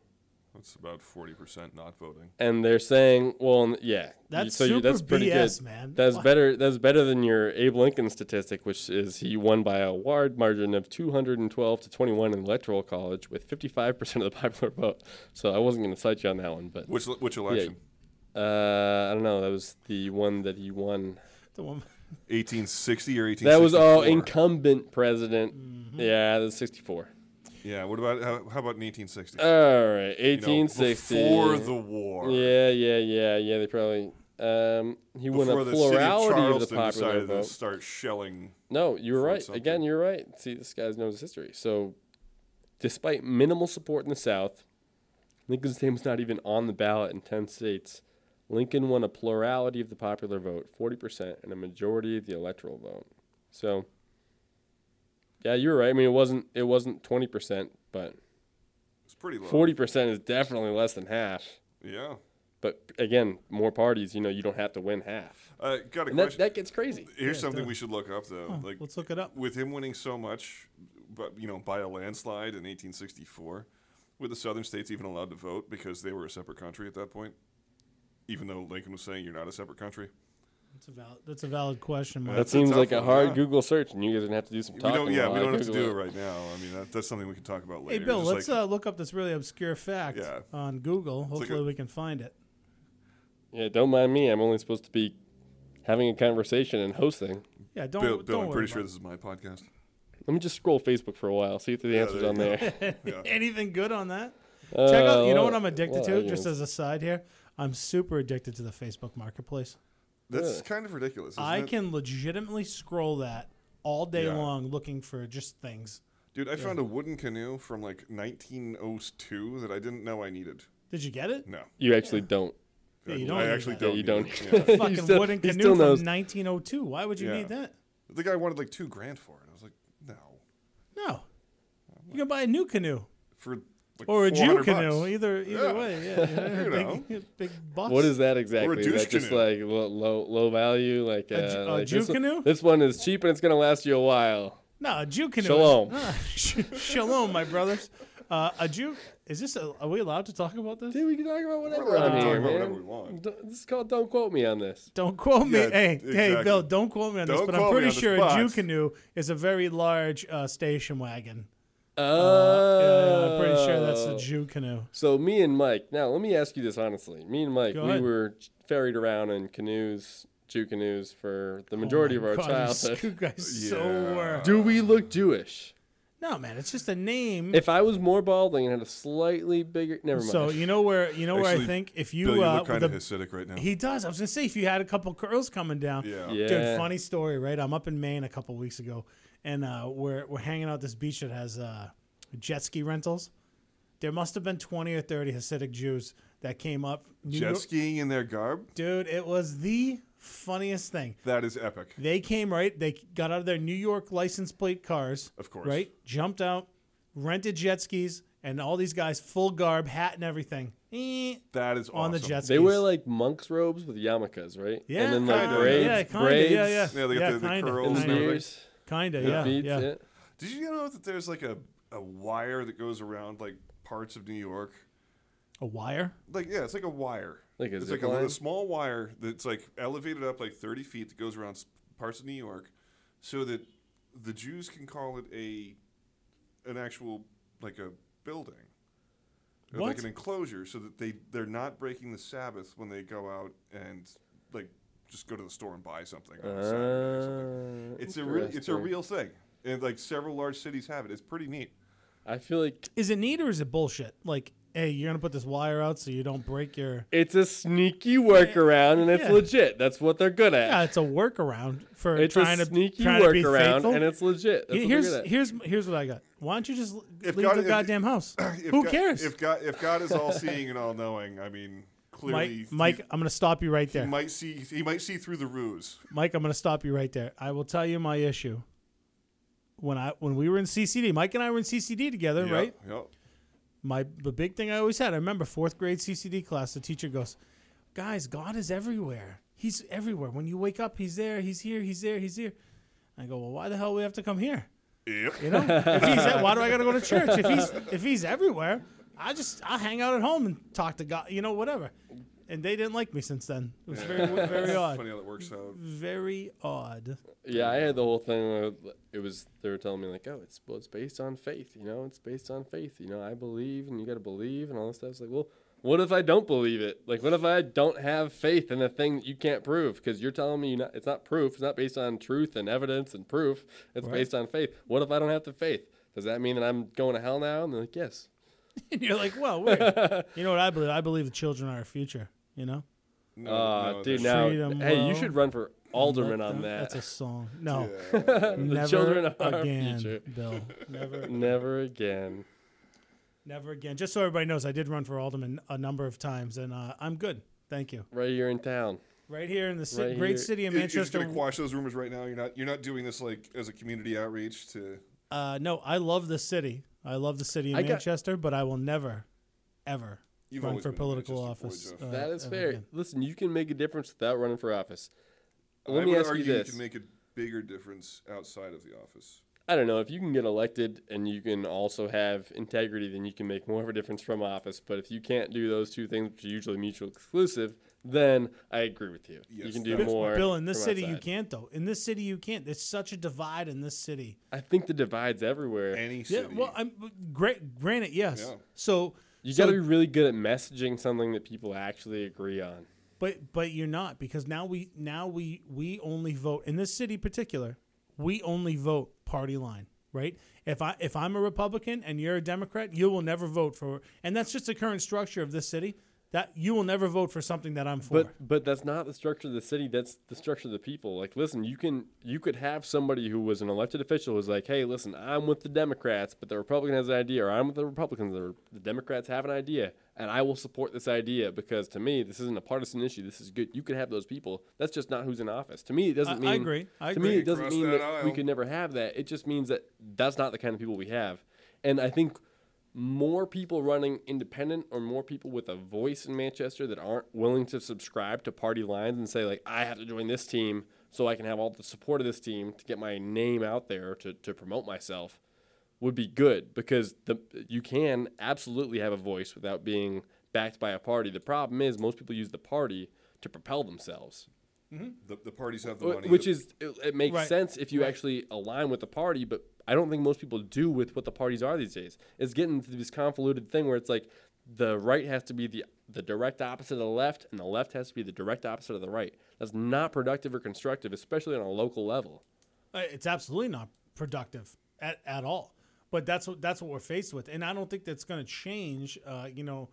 That's about forty percent not voting.
and they're saying, well, n- yeah,
That's
you-
super BS, man.
That's
Why-
better. That's better than your Abe Lincoln statistic, which is he won by a wide margin of 212 to 21 in the electoral college with 55 percent of the popular vote. So I wasn't going to cite you on that one, but
Which which election?
uh, I don't know. That was the one that he won.
The woman.
Eighteen sixty or eighteen?
That was uh, all incumbent president.
Mm-hmm.
Yeah, that's 64.
Yeah. What about how, how about in eighteen sixty?
All right, 1860.
Before the war.
Yeah, yeah, yeah, yeah. They probably. Um, he won
Before
a
the city of
plurality of the
Charleston
popular
decided to
vote.
start shelling.
No, you were
for
right.
something.
Again, you're right. See, this guy knows his history. So, despite minimal support in the South, Lincoln's name was not even on the ballot in 10 states. Lincoln won a plurality of the popular vote, 40%, and a majority of the electoral vote. So, yeah, you were right. I mean, it wasn't it wasn't 20%, but
It's pretty low.
40% is definitely less than half.
Yeah.
But again, more parties, you know, you don't have to win half.
Uh, got a
And that,
question.
that gets crazy.
Here's
Yeah,
something
duh.
we should look up though. like
Let's look it up.
with him winning so much, but you know, by a landslide in 1864, were the Southern states even allowed to vote because they were a separate country at that point? Even though Lincoln was saying you're not a separate country,
That's a valid. That's a valid question, Mike.
That
That's a
seems
tough
like a
one,
hard
yeah.
Google search, and you guys are gonna have to do some
we
talking.
don't. Yeah,
while
we
I
don't have to
Google
do it right now. I mean, that, that's something we can talk about
Hey
later.
Bill,
Just
let's
like-
uh, look up this really obscure fact
Yeah.
on Google.
like a-
Hopefully, we can find it.
Yeah, don't mind me. I'm only supposed to be having a conversation and hosting.
Yeah, uh, don't.
Bill, Bill
don't
I'm
worry
pretty sure
about
this is my podcast.
Let me just scroll Facebook for a while, see if the answers
there
on there.
Yeah.
it. anything good on that. Check out. You know what I'm addicted
Uh, well,
to?
yeah.
Just as a side here, I'm super addicted to the Facebook Marketplace.
That's
Yeah.
kind of ridiculous. Isn't
I
it?
can legitimately scroll that all day
Yeah.
long looking for just things.
dude. I found a wooden canoe from like 1902 that I didn't know I needed.
Did you get it?
No,
You actually don't.
Yeah,
I-
you don't
I
need
actually
that.
Yeah,
don't.
you
need
don't.
it. Yeah.
He
Fucking
still-
wooden
he
canoe
still
from
knows.
1902. Why would you
Yeah.
need that?
The guy wanted like two grand for it. I was like, no,
No, you can buy a new canoe
for like
or a Jew
400
canoe.
bucks.
Either either
Yeah.
way, yeah,
You know.
big, big bucks.
What is that exactly? Is
douche
that just
canoe.
like lo- low low value? Like, uh,
A ju- a
like
Jew
this one-
canoe?
this one is cheap and it's gonna last you a while.
No, a Jew canoe.
Shalom.
Ah, sh- shalom, my brothers. Uh, a Jew. Is this? A, are we allowed to talk about this?
Dude, we can talk about whatever
allowed
on
to talk
here,
about whatever
man.
we want.
Don't- This is called "Don't Quote Me on This."
Don't quote me.
Yeah,
hey, hey,
exactly.
Bill. Don't quote me on this,
Don't
but I'm
quote me
pretty
on this,
sure a
but-
Jew canoe is a very large uh, station wagon.
Oh,
Uh, yeah, I'm pretty sure that's the Jew canoe.
So me and Mike. Now let me ask you this honestly. Me and Mike,
Go
we
ahead.
were ferried around in canoes, Jew canoes, for the majority
Oh my
of our
God, you s- You
childhood.
guys so
Yeah.
were.
Do we look Jewish?
No, man, it's just a name.
If I was more balding and had a slightly bigger, never mind.
so you know where you know where I
Actually,
think if you,
Bill, you
uh,
look kind
the-
of Hasidic right now.
he does. I was gonna say if you had a couple curls coming down.
yeah.
yeah.
Dude, funny story, right? I'm up in Maine a couple weeks ago, and uh, we're we're hanging out at this beach that has uh, jet ski rentals. There must have been 20 or 30 Hasidic Jews that came up. New
Jet
York-
skiing in their garb?
Dude, it was the funniest thing.
That is epic.
They came right. They got out of their New York license plate cars.
Of course.
Right? Jumped out, rented jet skis, and all these guys, full garb, hat and everything, eh,
That is awesome.
on the jet skis.
They wear like monks' robes with yarmulkes, right?
yeah,
And then like
kinda,
braids,
yeah, kinda,
braids,
yeah, yeah,
Yeah, they got the- the
kinda,
curls
and
and
kinda,
everything.
beards,
Kinda,
and
yeah,
beads,
yeah.
yeah.
Did you know that there's like a, a wire that goes around like parts of New York?
A wire.
Like yeah, it's like a wire.
Like a
it's
zip
like a, little
line?
small wire that's like elevated up like 30 feet that goes around s- parts of New York, so that the Jews can call it a an actual like a building. Or
What?
Like an enclosure, so that they they're not breaking the Sabbath when they go out and like just go to the store and buy something. On a
Oh,
Saturday or something.
Uh,
It's a real it's a
interesting.
real thing, and like several large cities have it. It's pretty neat.
I feel like
Is it neat or is it bullshit? Like hey, you're gonna put this wire out so you don't break your.
It's a sneaky workaround, and it's
Yeah.
legit. That's what they're good at.
Yeah, it's a workaround for
it's
trying
a sneaky
to trying to be
workaround,
faithful.
and it's legit. That's what they're good
here's
at.
here's here's what I got. Why don't you just l-
If
leave
God-
the
if-
goddamn house?
If
Who
God-
cares?
If God, if God is all seeing and all knowing, I mean,
Mike,
clearly,
Mike, I'm gonna stop you right
he,
there.
he might see. He might see through the ruse.
Mike, I'm going to stop you right there. I will tell you my issue. When I when we were in CCD, Mike and I were in CCD together,
Yep,
right?
Yep.
My the big thing I always had. I remember fourth grade CCD class. The teacher goes, "Guys, God is everywhere. He's everywhere. When you wake up, He's there. He's here. He's there. He's here." I go, "Well, why the hell we have to come here?
Yep.
You know, if he's at, why do I got to go to church? If he's if he's everywhere, I just I'll hang out at home and talk to God. You know, whatever." And they didn't like me since then. It was very very
Funny
odd.
how that works out.
Very odd.
Yeah, I had the whole thing. where It was they were telling me like, oh, it's well, it's based on faith. You know, it's based on faith. You know, I believe, and you got to believe, and all this stuff. It's like, well, what if I don't believe it? Like, what if I don't have faith in a thing that you can't prove? Because you're telling me you not, it's not proof. It's not based on truth and evidence and proof. It's based on faith. What if I don't have the faith? Does that mean that I'm going to hell now? And they're like, yes.
And you're like, well, wait. you know what I believe? I believe the children are our future. You know,
No,
Uh,
no,
dude,
that's-
now,
Freedom
hey, you
will
should run for alderman
Let
on
them-
that.
That's a song. No,
Yeah.
never
children are our
again,
future.
Bill. Never,
Never again.
never again. Just so everybody knows, I did run for alderman a number of times, and uh, I'm good. Thank you.
Right here in town.
Right here in the ci-
Right
great
here.
city of
You're just
Manchester.
gonna quash those rumors right now. You're not. You're not doing this like as a community outreach to.
Uh, no, I love the city. I love the city of
I got-
Manchester, but I will never, ever
You've
run
always
for
been a
political
Manchester boy,
office.
Jeff.
uh,
That is
ever
fair.
again.
Listen, you can make a difference without running for office.
I
Let me
would
ask you
argue
this.
you can make a bigger difference outside of the office.
I don't know if you can get elected and you can also have integrity, then you can make more of a difference from office. But if you can't do those two things, which are usually mutually exclusive, then I agree with you. you
Yes,
can do
that-
more.
Bill, in this
from
city, you
outside.
can't though. In this city, you can't. There's such a divide in this city.
I think the divide's everywhere.
Any
Yeah,
city.
well, I'm great. Granted, yes.
Yeah.
So
you
so-
got to be really good at messaging something that people actually agree on.
but but you're not because now we now we we only vote in this city particular. We only vote party line, right? If I if I'm a Republican and you're a Democrat, you will never vote for. And that's just the current structure of this city. That you will never vote for something that I'm for.
But but that's not the structure of the city. That's the structure of the people. Like, listen, you can you could have somebody who was an elected official who's like, hey, listen, I'm with the Democrats, but the Republican has an idea, or I'm with the Republicans, the, the Democrats have an idea, and I will support this idea because to me, this isn't a partisan issue. This is good. You could have those people. That's just not who's in office. To me, it doesn't
I- I
mean.
agree. I
to
agree.
me, it doesn't
Cross
mean
that
that we
aisle.
could never have that. It just means that that's not the kind of people we have, and I think more people running independent or more people with a voice in Manchester that aren't willing to subscribe to party lines and say like I have to join this team so I can have all the support of this team to get my name out there to, to promote myself would be good because the you can absolutely have a voice without being backed by a party. The problem is most people use the party to propel themselves.
the, the parties have the
Wh-
money.
Which
the-
is it, it makes
Right.
sense if you actually align with the party, but I don't think most people do with what the parties are these days. It's getting to this convoluted thing where it's like the right has to be the the direct opposite of the left, and the left has to be the direct opposite of the right. That's not productive or constructive, especially on a local level.
Uh, It's absolutely not productive at, at all. But that's what that's what we're faced with, and I don't think that's going to change. Uh, you know,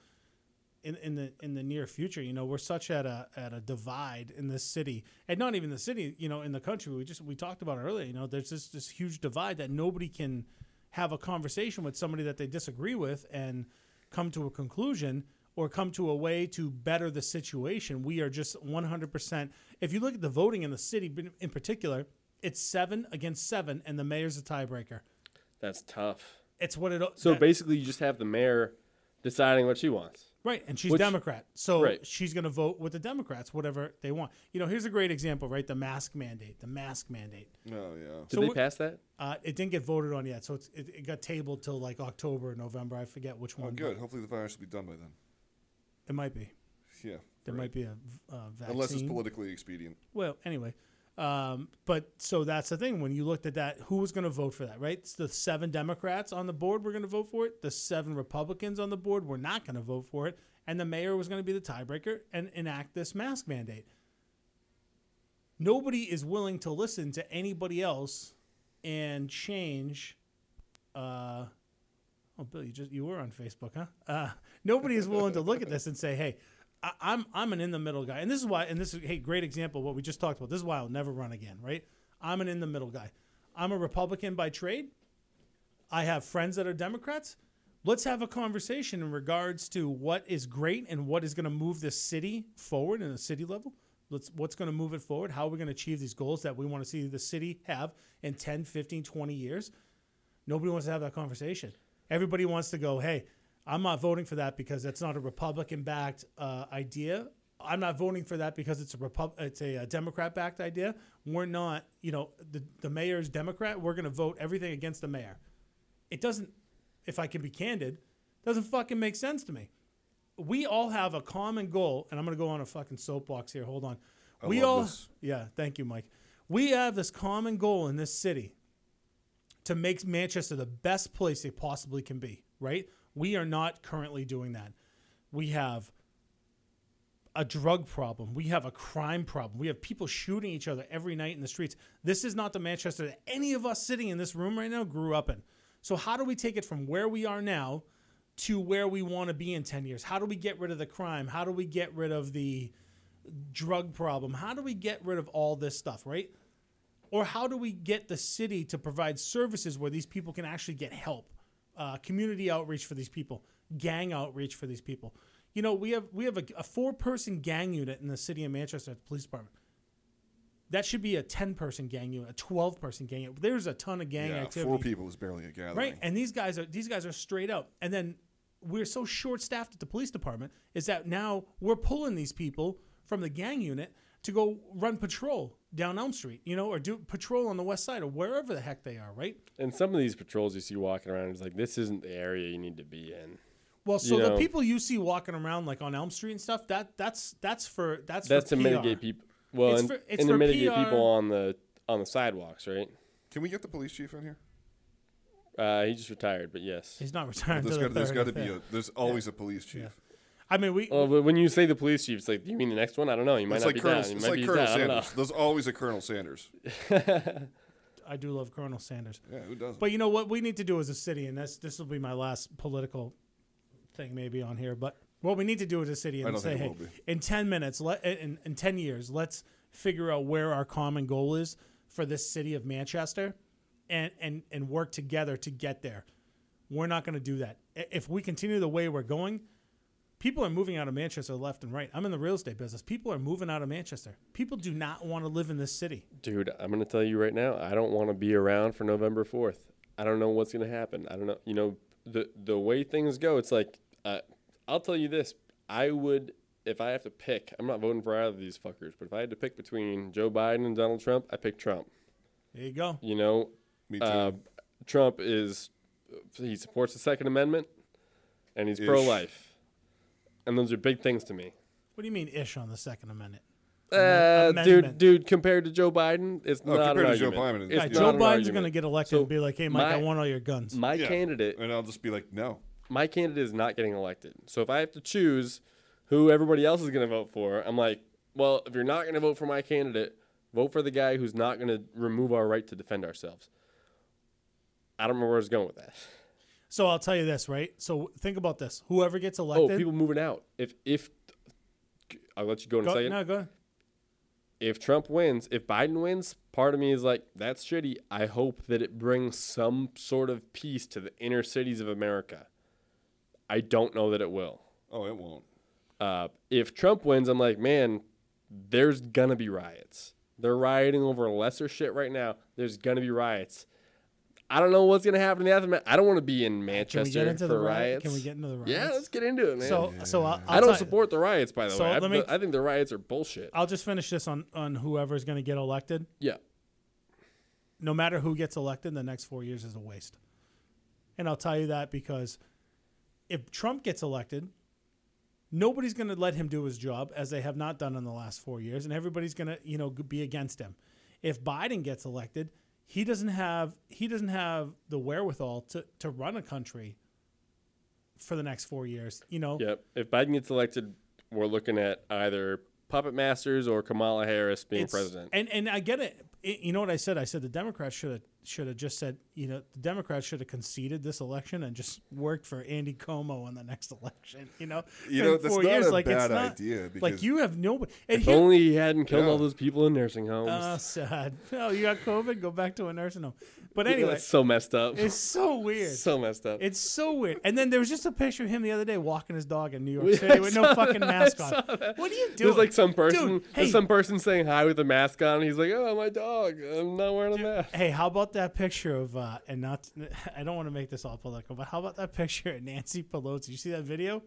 in, in the in the near future, you know, we're such at a at a divide in this city, and not even the city. You know, in the country, we just we talked about earlier. You know, there's this this huge divide that nobody can have a conversation with somebody that they disagree with and come to a conclusion or come to a way to better the situation. We are just 100%. If you look at the voting in the city in- in particular, it's 7 against 7 and the mayor's a tiebreaker.
That's tough.
It's what it
So
that-
basically, you just have the mayor deciding what she wants.
Right, and she's
Which-
Democrat, so
right.
she's going to vote with the Democrats, whatever they want. You know, here's a great example, right? The mask mandate. The mask mandate.
oh yeah.
Did
So
they
what-
pass that?
Uh, it didn't get voted on yet, so it's, it, it got tabled till like October or November. I forget which one.
Oh, good. Hopefully the virus will be done by then.
It might be.
Yeah.
There
right.
might be a v- uh, vaccine.
Unless it's politically expedient.
Well, anyway, um, but so that's the thing. When you looked at that, who was going to vote for that? Right? It's the seven Democrats on the board were going to vote for it. The seven Republicans on the board were not going to vote for it, and the mayor was going to be the tiebreaker and enact this mask mandate. Nobody is willing to listen to anybody else and change uh, Oh, Bill, you just you were on Facebook, huh? Uh, nobody is willing to look at this and say, "Hey, I, I'm I'm an in the middle guy," and this is why. And this is hey, great example of what we just talked about. This is why I'll never run again, right? I'm an in the middle guy. I'm a Republican by trade. I have friends that are Democrats. Let's have a conversation in regards to what is great and what is going to move this city forward in the city level. Let's, what's going to move it forward? How are we going to achieve these goals that we want to see the city have in 10, 15, 20 years? Nobody wants to have that conversation. Everybody wants to go, hey, I'm not voting for that because that's not a Republican backed uh, idea. I'm not voting for that because it's a Repub- it's a, uh Democrat backed idea. We're not, you know, the, the mayor is Democrat. We're going to vote everything against the mayor. It doesn't, if I can be candid, doesn't fucking make sense to me. We all have a common goal, and I'm going to go on a fucking soapbox here. Hold on. we
love
all,
this.
yeah, thank you, Mike. We have this common goal in this city to make Manchester the best place it possibly can be, right? We are not currently doing that. We have a drug problem. We have a crime problem. We have people shooting each other every night in the streets. This is not the Manchester that any of us sitting in this room right now grew up in. So, how do we take it from where we are now to where we want to be in 10 years? How do we get rid of the crime? How do we get rid of the drug problem? How do we get rid of all this stuff, right? or how do we get the city to provide services where these people can actually get help uh, community outreach for these people gang outreach for these people you know we have we have a, a four person gang unit in the city of manchester at the police department that should be a 10 person gang unit a 12 person gang unit there's a ton of gang
Yeah,
activity
four people is barely a gathering.
Right, and these guys are these guys are straight up. And then we're so short staffed at the police department is that now we're pulling these people from the gang unit to go run patrol down Elm Street, you know, or do patrol on the west side or wherever the heck they are, right?
And some of these patrols you see walking around is like, this isn't the area you need to be in.
Well, so
You
the
know-
people you see walking around like on Elm Street and stuff, that that's that's for that's
That's
for
to
PR.
mitigate people. Well,
It's
and,
for- it's
and to
for
mitigate
PR.
people on the on the sidewalks, right?
Can we get the police chief in here?
Uh, he just retired, but yes.
He's not retiring.
There's
to the
got there's got to
30th.
be a there's always a police chief.
I mean, we
Well, but when you say the police chief, it's like, you mean the next one? I don't know. You might
It's
not
like
be
Colonel.
down. You
It's
might
like
be
Colonel
down. I don't know.
Sanders. There's always a Colonel Sanders.
I do love Colonel Sanders.
Yeah, who doesn't?
But you know what we need to do as a city, and that's this will be my last political thing maybe on here. But what we need to do as a city
I
and
don't
say, hey,
think it will be.
in ten minutes, let in, in ten years, let's figure out where our common goal is for this city of Manchester, and and and work together to get there. We're not going to do that I- if we continue the way we're going. People are moving out of Manchester left and right. I'm in the real estate business. People are moving out of Manchester. People do not want to live in this city.
Dude, I'm going to tell you right now, I don't want to be around for November 4th. I don't know what's going to happen. I don't know. You know, the the way things go, it's like, uh, I'll tell you this. I would, if I have to pick, I'm not voting for either of these fuckers, but if I had to pick between Joe Biden and Donald Trump, I pick Trump.
There you go.
You know,
Me too.
uh, Trump is, he supports the Second Amendment and he's
Ish.
pro life. And those are big things to me.
What do you mean ish on the Second Amendment?
Uh,
amendment.
dude, dude, compared to Joe Biden, it's not an
Oh, compared to Joe
argument.
Biden,
It's
yeah.
not
Joe
an
Biden's
argument.
going to get elected
So
and be like, "Hey, Mike, I
my-
want all your guns."
My
Yeah. Uh,
candidate,
and I'll just be like, no.
my candidate is not getting elected. So if I have to choose who everybody else is going to vote for, I'm like, well, if you're not going to vote for my candidate, vote for the guy who's not going to remove our right to defend ourselves. I don't remember where I was going with that.
so I'll tell you this, right? So think about this: whoever gets
Oh,
elected,
people moving out. If if I'll let you go in a
go,
second.
no, go.
if Trump wins, if Biden wins, part of me is like, that's shitty. I hope that it brings some sort of peace to the inner cities of America. I don't know that it will.
Oh, it won't.
Uh, if Trump wins, I'm like, man, there's gonna be riots. They're rioting over lesser shit right now. There's gonna be riots. I don't know what's gonna happen in the aftermath. I don't want to be in
Can
Manchester
we get into
for
the riot?
riots.
Can we get into the riots?
yeah, let's get into it, man.
So, so I'll, I'll
I don't
tell-
support the riots, by the
So
way. I,
let me-
I think the riots are bullshit.
I'll just finish this on on whoever's going to get elected.
yeah.
No matter who gets elected, the next four years is a waste. And I'll tell you that because if Trump gets elected, nobody's going to let him do his job as they have not done in the last four years, and everybody's going to you know be against him. If Biden gets elected, he doesn't have he doesn't have the wherewithal to to run a country for the next four years. You know,
Yep. If Biden gets elected, we're looking at either puppet masters or Kamala Harris being
it's-
president.
And and I get it. It- You know what I said? I said the Democrats should have should have just said, you know, the Democrats should have conceded this election and just worked for Andy Como in the next election. You know,
You
In
know, that's
four
not
years,
a
like, it's
bad
not-
idea,
Like
because-
you have no. And
If
here-
only he hadn't killed
Yeah.
all those people in nursing homes.
Oh, sad. Oh, you got COVID. Go back to a nursing home. But
Yeah,
anyway,
that's so messed up.
it's so weird.
so messed up.
It's so weird. And then there was just a picture of him the other day walking his dog in New York City with no fucking mask on. What are you doing?
There's like some person,
Dude, hey,
there's some person saying hi with a mask on, and he's like, "Oh, my dog, I'm not wearing a mask."
hey, how about that picture of uh, and not? I don't want to make this all political, but how about that picture of Nancy Pelosi? You see that video?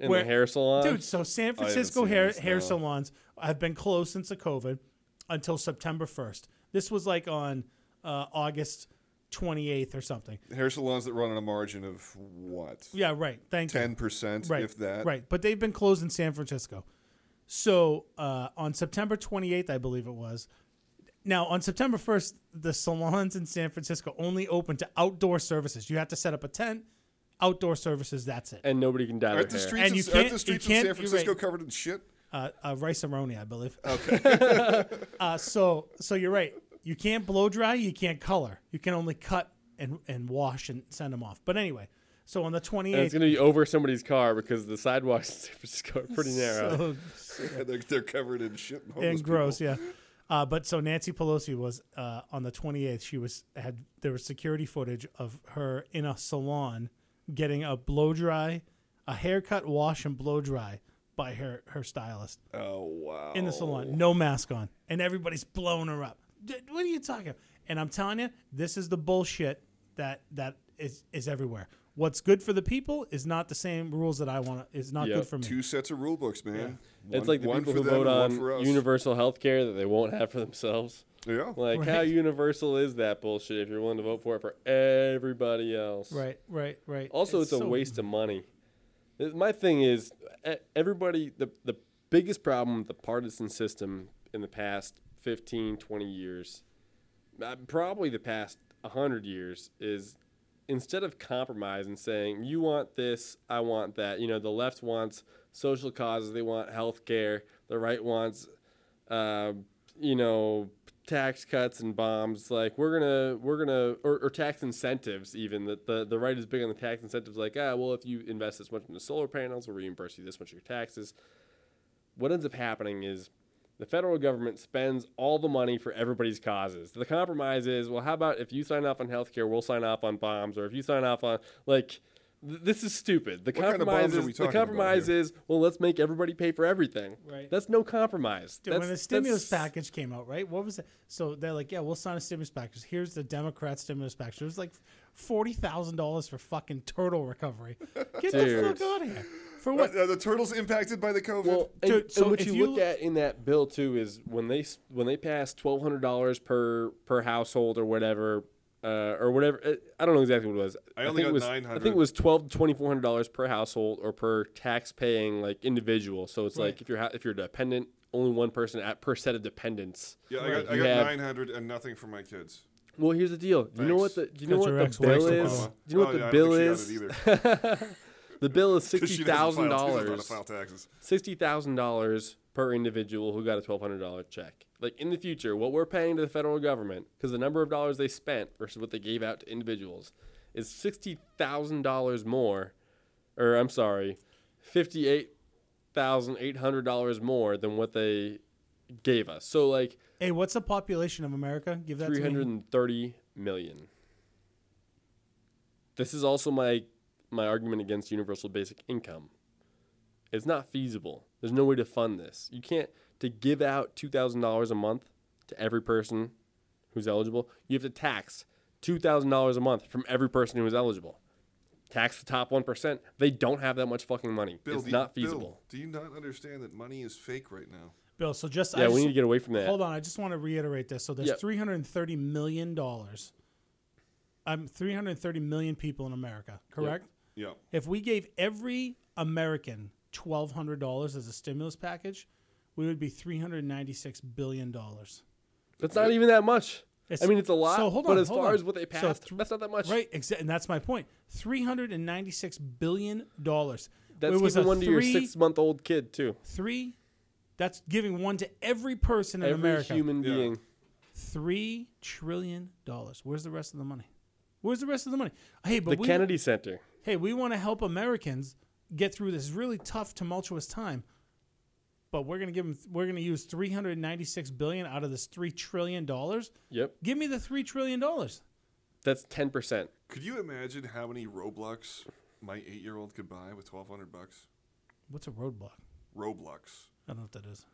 In
Where-
the hair salon,
Dude, so San
Uh, haven't
Francisco
seen
hair,
this,
hair
no.
salons have been closed since the COVID until September 1st. This was like on uh, August 28th or something.
Hair salons that run on a margin of what?
Yeah, right. Thank you.
Ten percent,
right,
if that.
Right, but they've been closed in San Francisco. So uh, on September 28th, I believe it was. Now on September 1st, the salons in San Francisco only open to outdoor services. You have to set up a tent. Outdoor services. That's it.
and nobody can dye
Aren't the
their hair.
streets,
And you
in-
can't-
aren't the
you
streets
can't-
of San
you're right.
Francisco covered in shit?
Uh, uh, rice aroni, I believe. Okay. uh, so so you're right. You can't blow dry. You can't color. You can only cut and and wash and send them off. But anyway, so on the 28th,
And it's gonna be over somebody's car because the sidewalks in San Francisco are pretty
uh,
narrow.
so-
they're, they're covered in shit. And, homeless
and gross,
people.
yeah. Uh, but so Nancy Pelosi was uh, on the 28th. She was had there was security footage of her in a salon getting a blow dry, a haircut, wash, and blow dry by her her stylist
Oh wow.
in the
Oh.
salon, no mask on, and everybody's blowing her up. D- What are you talking? about? And I'm telling you, this is the bullshit that that is is everywhere. What's good for the people is not the same rules that I want. to Is not
Yep.
good for me.
Two sets of rule books, man. One,
It's like the
one
people
for
who
them
vote
and one
on
for us.
universal health care that they won't have for themselves.
Yeah.
Like, how universal is that bullshit if you're willing to vote for it for everybody else?
right, right, right.
Also, it's, a
so-
waste of money. Th- My thing is, e- everybody, the, the biggest problem with the partisan system in the past 15, 20 years, uh, probably the past 100 years, is instead of compromise and saying, you want this, I want that, you know, the left wants social causes, they want health care, the right wants, uh, you know, tax cuts and bombs. Like we're gonna, we're gonna, or, or tax incentives. Even that the the right is big on the tax incentives. Like ah, well, if you invest this much into solar panels, we'll reimburse you this much of your taxes. What ends up happening is the federal government spends all the money for everybody's causes. The compromise is, well, how about if you sign off on healthcare, we'll sign off on bombs, or if you sign off on like. th- This is stupid. The
kind of bombs
compromise
are
is
we
the
talking about
compromise
here?
is well, let's make everybody pay for everything.
Right.
That's no compromise.
Dude, when
That's-
the stimulus
that's-
package came out, right? What was it? So they're like, yeah, we'll sign a stimulus package. Here's the Democrat stimulus package. It was like forty thousand dollars for fucking turtle recovery. Get the
Dude.
fuck out of here. For
Are-
what?
Are the turtles impacted by the COVID?
Well, and,
Dude,
and
so
what
if
you,
you
look
lo-
at in that bill too is when they s- when they passed twelve hundred dollars per per household or whatever. Uh, or whatever uh, I don't know exactly what it was.
I only
think
got
it was, I think it
900.
was twelve to twenty four hundred dollars per household or per tax paying like individual. So it's
Right.
like if you're ha- if you're dependent, only one person at per set of dependents.
yeah, I got, I
You
got
have-
900 and nothing for my kids.
Well, here's the deal. Do you know what
Thanks.
the do you know
Got
what
your
the
ex-wife
bill
to
is?
follow.
Do you know what
Oh,
the
yeah, I don't
bill
think she
is?
got it either, 'cause
The bill is
she
sixty
doesn't file-
thousand
she doesn't know how to
dollars.
file taxes.
sixty thousand dollars per individual who got a twelve hundred dollar check. Like in the future, what we're paying to the federal government because the number of dollars they spent versus what they gave out to individuals is sixty thousand dollars more, or I'm sorry, fifty eight thousand eight hundred dollars more than what they gave us. So like
Hey, what's the population of America? Give that
three
to
hundred
me.
and thirty million. This is also my my argument against universal basic income. It's not feasible. There's no way to fund this. You can't to give out two thousand dollars a month to every person who's eligible. You have to tax two thousand dollars a month from every person who is eligible. Tax the top one percent. They don't have that much fucking money.
Bill,
it's
do you-
not
Bill,
feasible.
do you not understand that money is fake right now?
Bill, so just I
yeah,
just,
we need to get away from that.
hold on. I just want to reiterate this. So there's
Yeah.
three hundred and thirty million dollars. I'm three hundred and thirty million people in America. Correct.
Yeah.
If we gave every American twelve hundred dollars as a stimulus package, we would be three hundred ninety-six billion dollars.
That's not even that much.
It's-
I mean, it's a lot.
so hold
but
on,
as
hold
far
on.
as what they
So
passed,
th-
that's not that much.
Right, exa- and that's my point. Three hundred and ninety-six billion dollars.
That's giving one to your six month old kid too.
Three. That's giving one to every person in
Every
America.
human
Yeah.
being.
Three trillion dollars. Where's the rest of the money? Where's the rest of the money? Hey, but
The
we,
Kennedy Center.
hey, we want to help Americans get through this really tough, tumultuous time. But we're gonna give them. We're gonna use three hundred ninety-six billion out of this three trillion dollars.
Yep.
Give me the three trillion dollars.
That's 10%.
Could you imagine how many Roblox my eight-year-old could buy with twelve hundred bucks?
What's a roadblock?
Roblox.
I don't know what that is.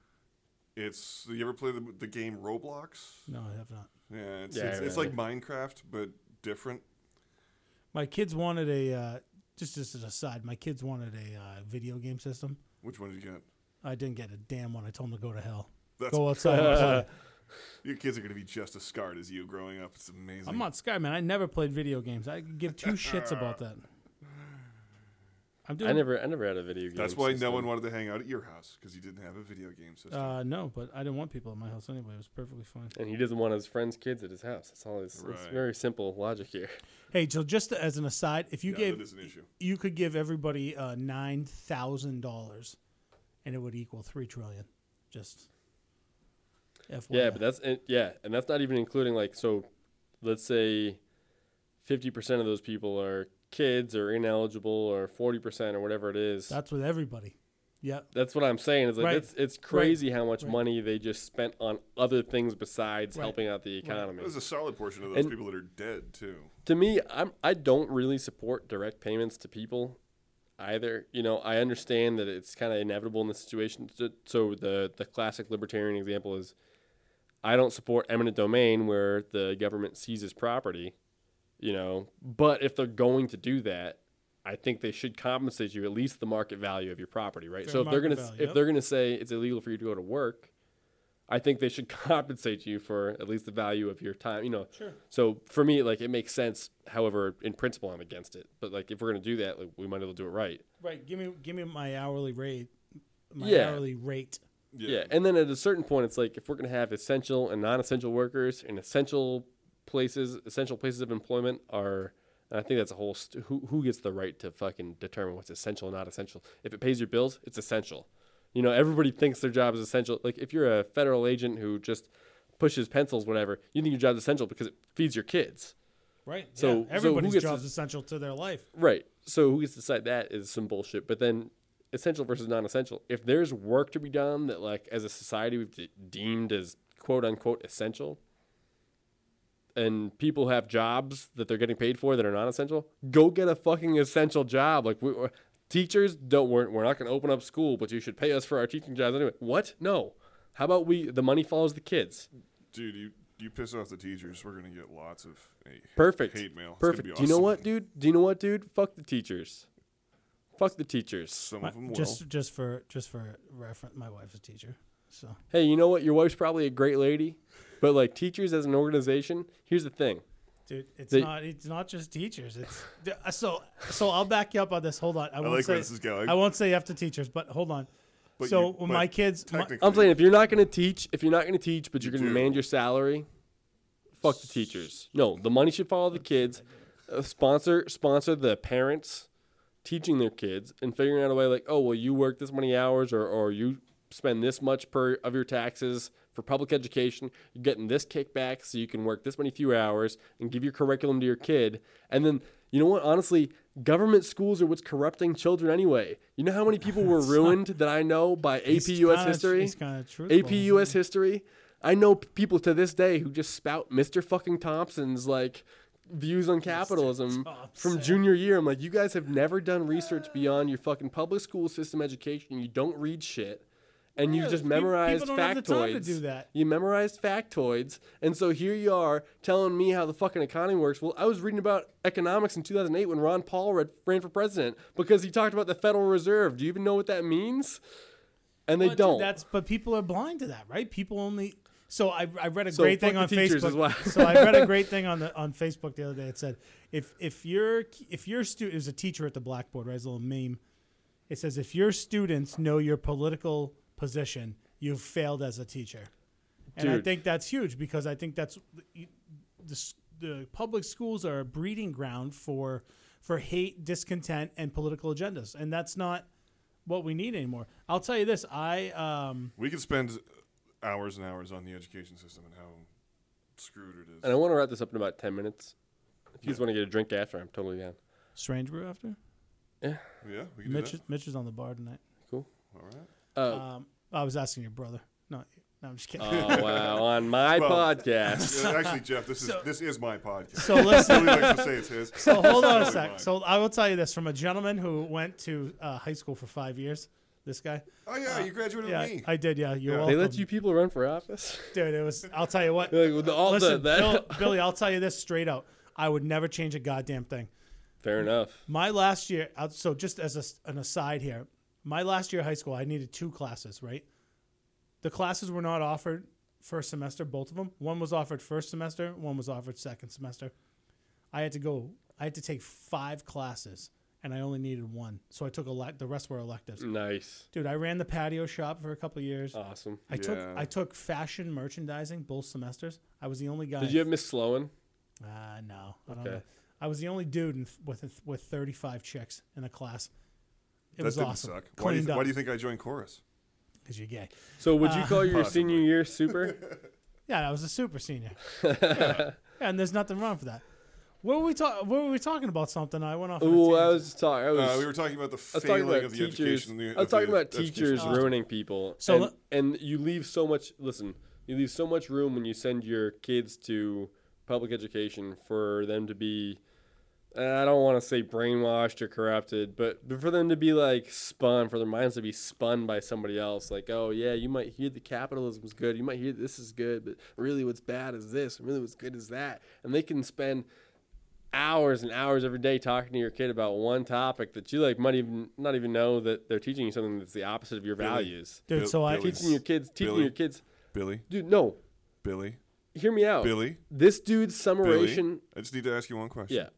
It's you ever play the, the game Roblox?
No, I have not.
Yeah, it's
Yeah,
it's,
I
it's like Minecraft but different.
My kids wanted a. Uh, just, just as an aside, my kids wanted a uh, video game system.
Which one did you get?
I didn't get a damn one. I told them to go to hell.
That's-
go outside. and play.
Your kids are going to be just as scarred as you growing up. It's amazing.
I'm not Skyman. I never played video games. I give two shits about that. I'm doing.
I never I never had a video game.
That's why
system.
no one wanted to hang out at your house because you didn't have a video game system.
Uh, no, but I didn't want people at my house anyway. It was perfectly fine.
And he doesn't want his friends' kids at his house. That's all. It's, it's
Right.
very simple logic here.
Hey, so just as an aside, if you
Yeah,
gave
that is an issue.
you could give everybody uh, nine thousand dollars, and it would equal three trillion. Just. FYI.
Yeah, but that's and, yeah, and that's not even including like so. Let's say fifty percent of those people are kids or ineligible or forty percent or whatever it is.
that's with everybody. Yeah,
That's what I'm saying. Is like
Right.
it's it's crazy how much money they just spent on other things besides
Right.
helping out the economy.
There's a solid portion of those
And-
people that are dead too.
to me, I'm I don't really support direct payments to people either. You know, I understand that it's kind of inevitable in this situation. So- So the the classic libertarian example is I don't support eminent domain where the government seizes property, you know, but if they're going to do that, I think they should compensate you at least the market value of your property, right?
Fair
so if they're
market
going to
value,
if
yep.
they're going to say it's illegal for you to go to work, I think they should compensate you for at least the value of your time. You know, sure. so for me, like it makes sense. However, in principle, I'm against it. But like, if we're gonna do that, like, we might as well do it right.
right. Give me give me my hourly rate. My
Yeah.
hourly rate.
Yeah. And then at a certain point, it's like if we're gonna have essential and non-essential workers and essential places, essential places of employment are. And I think that's a whole st- who who gets the right to fucking determine what's essential and not essential. If it pays your bills, it's essential. You know, everybody thinks their job is essential. Like if you're a federal agent who just pushes pencils, whatever, you think your job's essential because it feeds your kids.
Right.
So- so
yeah.
who
everybody's
gets
job's
to-
essential to their life.
Right. So who gets to decide that is some bullshit. But then essential versus non-essential. If there's work to be done that like as a society we've de- deemed as quote unquote essential and people have jobs that they're getting paid for that are non-essential, go get a fucking essential job. Like we we're, teachers don't we're, we're not going to open up school, but you should pay us for our teaching jobs anyway. What? No. How about we the money follows the kids?
Dude, you you piss off the teachers, we're gonna get lots of hey,
Perfect.
hate mail. It's gonna
Perfect.
be
Do you know
awesome.
what, dude? Do you know what, dude? Fuck the teachers. Fuck the teachers.
Some
My-
of them will.
just just for just for reference, my wife's a teacher, so
hey, you know what? Your wife's probably a great lady, but like teachers as an organization, here's the thing.
dude, it's
They-
not it's not just teachers. It's d- so so. I'll back you up on this. Hold on, I, won't
like
say,
where this is going.
I won't say after teachers, but hold on.
But
so
you-
when
but
my kids, my,
technically-
I'm saying if you're not going to teach, if you're not going to teach, but you're
You
going to
do.
manage your salary, fuck the teachers. No, the money should follow the kids. Uh, sponsor sponsor the parents teaching their kids and figuring out a way like, oh well, you work this many hours, or or you spend this much per of your taxes for public education. You're getting this kickback, so you can work this many few hours and give your curriculum to your kid. And then you know what? Honestly. Government schools are what's corrupting children anyway. You know how many people were ruined that I know by AP
He's
US
kinda-
history?
he's kinda truthful.
AP US history. I know p- people to this day who just spout Mr. fucking Thompson's like views on capitalism from
Thompson.
junior year. I'm like, you guys have never done research beyond your fucking public school system education. You don't read shit. And
Yeah,
you just
pe- people
memorized
don't
factoids.
have the time to do that.
You memorized factoids, and so here you are telling me how the fucking economy works. Well, I was reading about economics in 2008 when Ron Paul read, ran for president because he talked about the Federal Reserve. Do you even know what that means? And they
But dude,
don't.
That's but people are blind to that, right? People only. So I, I read a
So
great
fuck
thing
the
on
teachers
Facebook.
as well.
so I read a great thing on the on Facebook the other day. It said if if your if your student is a teacher at the blackboard, right? It's a little meme. It says if your students know your political position, you've failed as a teacher. And I
Dude.
think that's huge because I think that's the, s- the public schools are a breeding ground for for hate, discontent, and political agendas, and that's not what we need anymore. I'll tell you this: I um,
we could spend hours and hours on the education system and how screwed it is.
And I want to wrap this up in about 10 minutes. If you just want to get a drink after, I'm totally down.
Strange brew after.
yeah, we can
Mitch,
do
is- Mitch is on the bar tonight.
Cool.
that. All right.
Oh,
Um, I was asking your brother. No, no, I'm just kidding.
oh wow. On my
Well-
podcast.
Yeah, actually, Jeff, this is this is my podcast.
so listen.
Billy likes to say it's his.
So hold on a
Totally
sec.
mine.
So I will tell you this from a gentleman who went to uh, high school for five years. This guy.
oh yeah, you graduated
Yeah,
with me.
I did. Yeah, you're
Yeah.
They
welcome.
let you people run for office?
dude. It was. I'll tell you what.
Like, with all the-
Listen,
that-
Bill- Billy, I'll tell you this straight out. I would never change a goddamn thing.
Fair enough.
My last year, out- so just as a, an aside here, my last year of high school, I needed two classes, right? The classes were not offered first semester, both of them. One was offered first semester, one was offered second semester. I had to go, I had to take five classes, and I only needed one. So I took a lot, the rest were electives.
Nice.
Dude, I ran the patio shop for a couple of years.
Awesome.
I took
Yeah.
I took fashion merchandising both semesters. I was the only guy.
Did you have Miss Sloan?
Ah, no, I don't
Okay.
know. I was the only dude in, with with 35 chicks in a class. It
that
was
didn't
awesome.
suck. Why do, you
Cleaned
th- why do you
up
think I joined chorus?
because you're gay.
So would you call your
Possibly.
senior year super?
Yeah, I was a super senior. yeah. and there's nothing wrong for that. What were we talking? What were we talking about? Something I went off. on a
Ooh, I
tangent.
was just talking. I was,
Uh, we were talking about the
I was talking
failing
about
of the
teachers.
education. The,
I was
of the
talking about
education
teachers
system.
ruining people.
So
and,
let-
and you leave so much. Listen, you leave so much room when you send your kids to public education for them to be. uh, I don't want to say brainwashed or corrupted, but for them to be like spun, for their minds to be spun by somebody else, like, oh yeah, you might hear the capitalism's good, you might hear this is good, but really what's bad is this, and really what's good is that, and they can spend hours and hours every day talking to your kid about one topic that you like might even not even know that they're teaching you something that's the opposite of your values.
dude.
Bill-
so I
Billy.
Teaching your kids, teaching
Billy.
your kids,
Billy,
dude. No,
Billy,
hear me out.
Billy?
this dude's
Billy.
summarization.
I just need to ask you one question.
Yeah,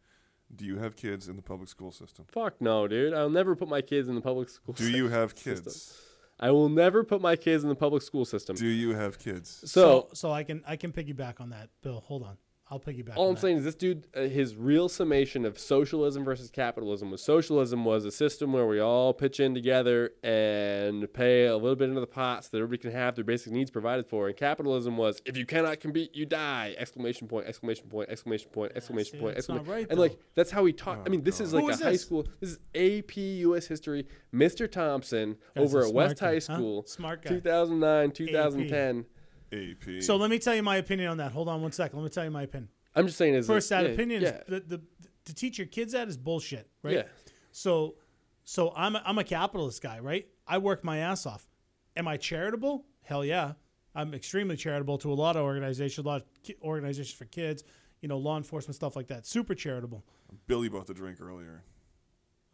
Do you have kids in the public school system?
fuck no, dude. I'll never put my kids in the public school.
Do you have kids?
I will never put my kids in the public school system.
Do you have kids?
so,
so I can I can piggyback on that. Bill, hold on. I'll piggyback.
all
on
I'm
that.
saying is this dude, uh, his real summation of socialism versus capitalism was socialism was a system where we all pitch in together and pay a little bit into the pot so that everybody can have their basic needs provided for. And capitalism was if you cannot compete, you die! Exclamation point! Exclamation point! Exclamation point! Exclamation
dude,
point!
it's not
Exclamation
right,
And
though. Oh,
like that's how he taught. I mean, this is like
Who
a
is
high
this?
school. This is AP U.S. history. Mr. Thompson
Guy's
over
a
at West
smart guy,
High
huh?
School,
Smart guy.
2009, 2010.
AP.
So let me tell you my opinion on that. Hold on one second. Let me tell you my opinion.
I'm just saying, is
First, that
yeah,
opinion
yeah,
is the, the to teach your kids that is bullshit, right?
yeah.
So, so I'm a, I'm a capitalist guy, right? I work my ass off. Am I charitable? Hell yeah, I'm extremely charitable to a lot of organizations, a lot of ki- organizations for kids, you know, law enforcement stuff like that. Super charitable.
Billy bought the drink earlier.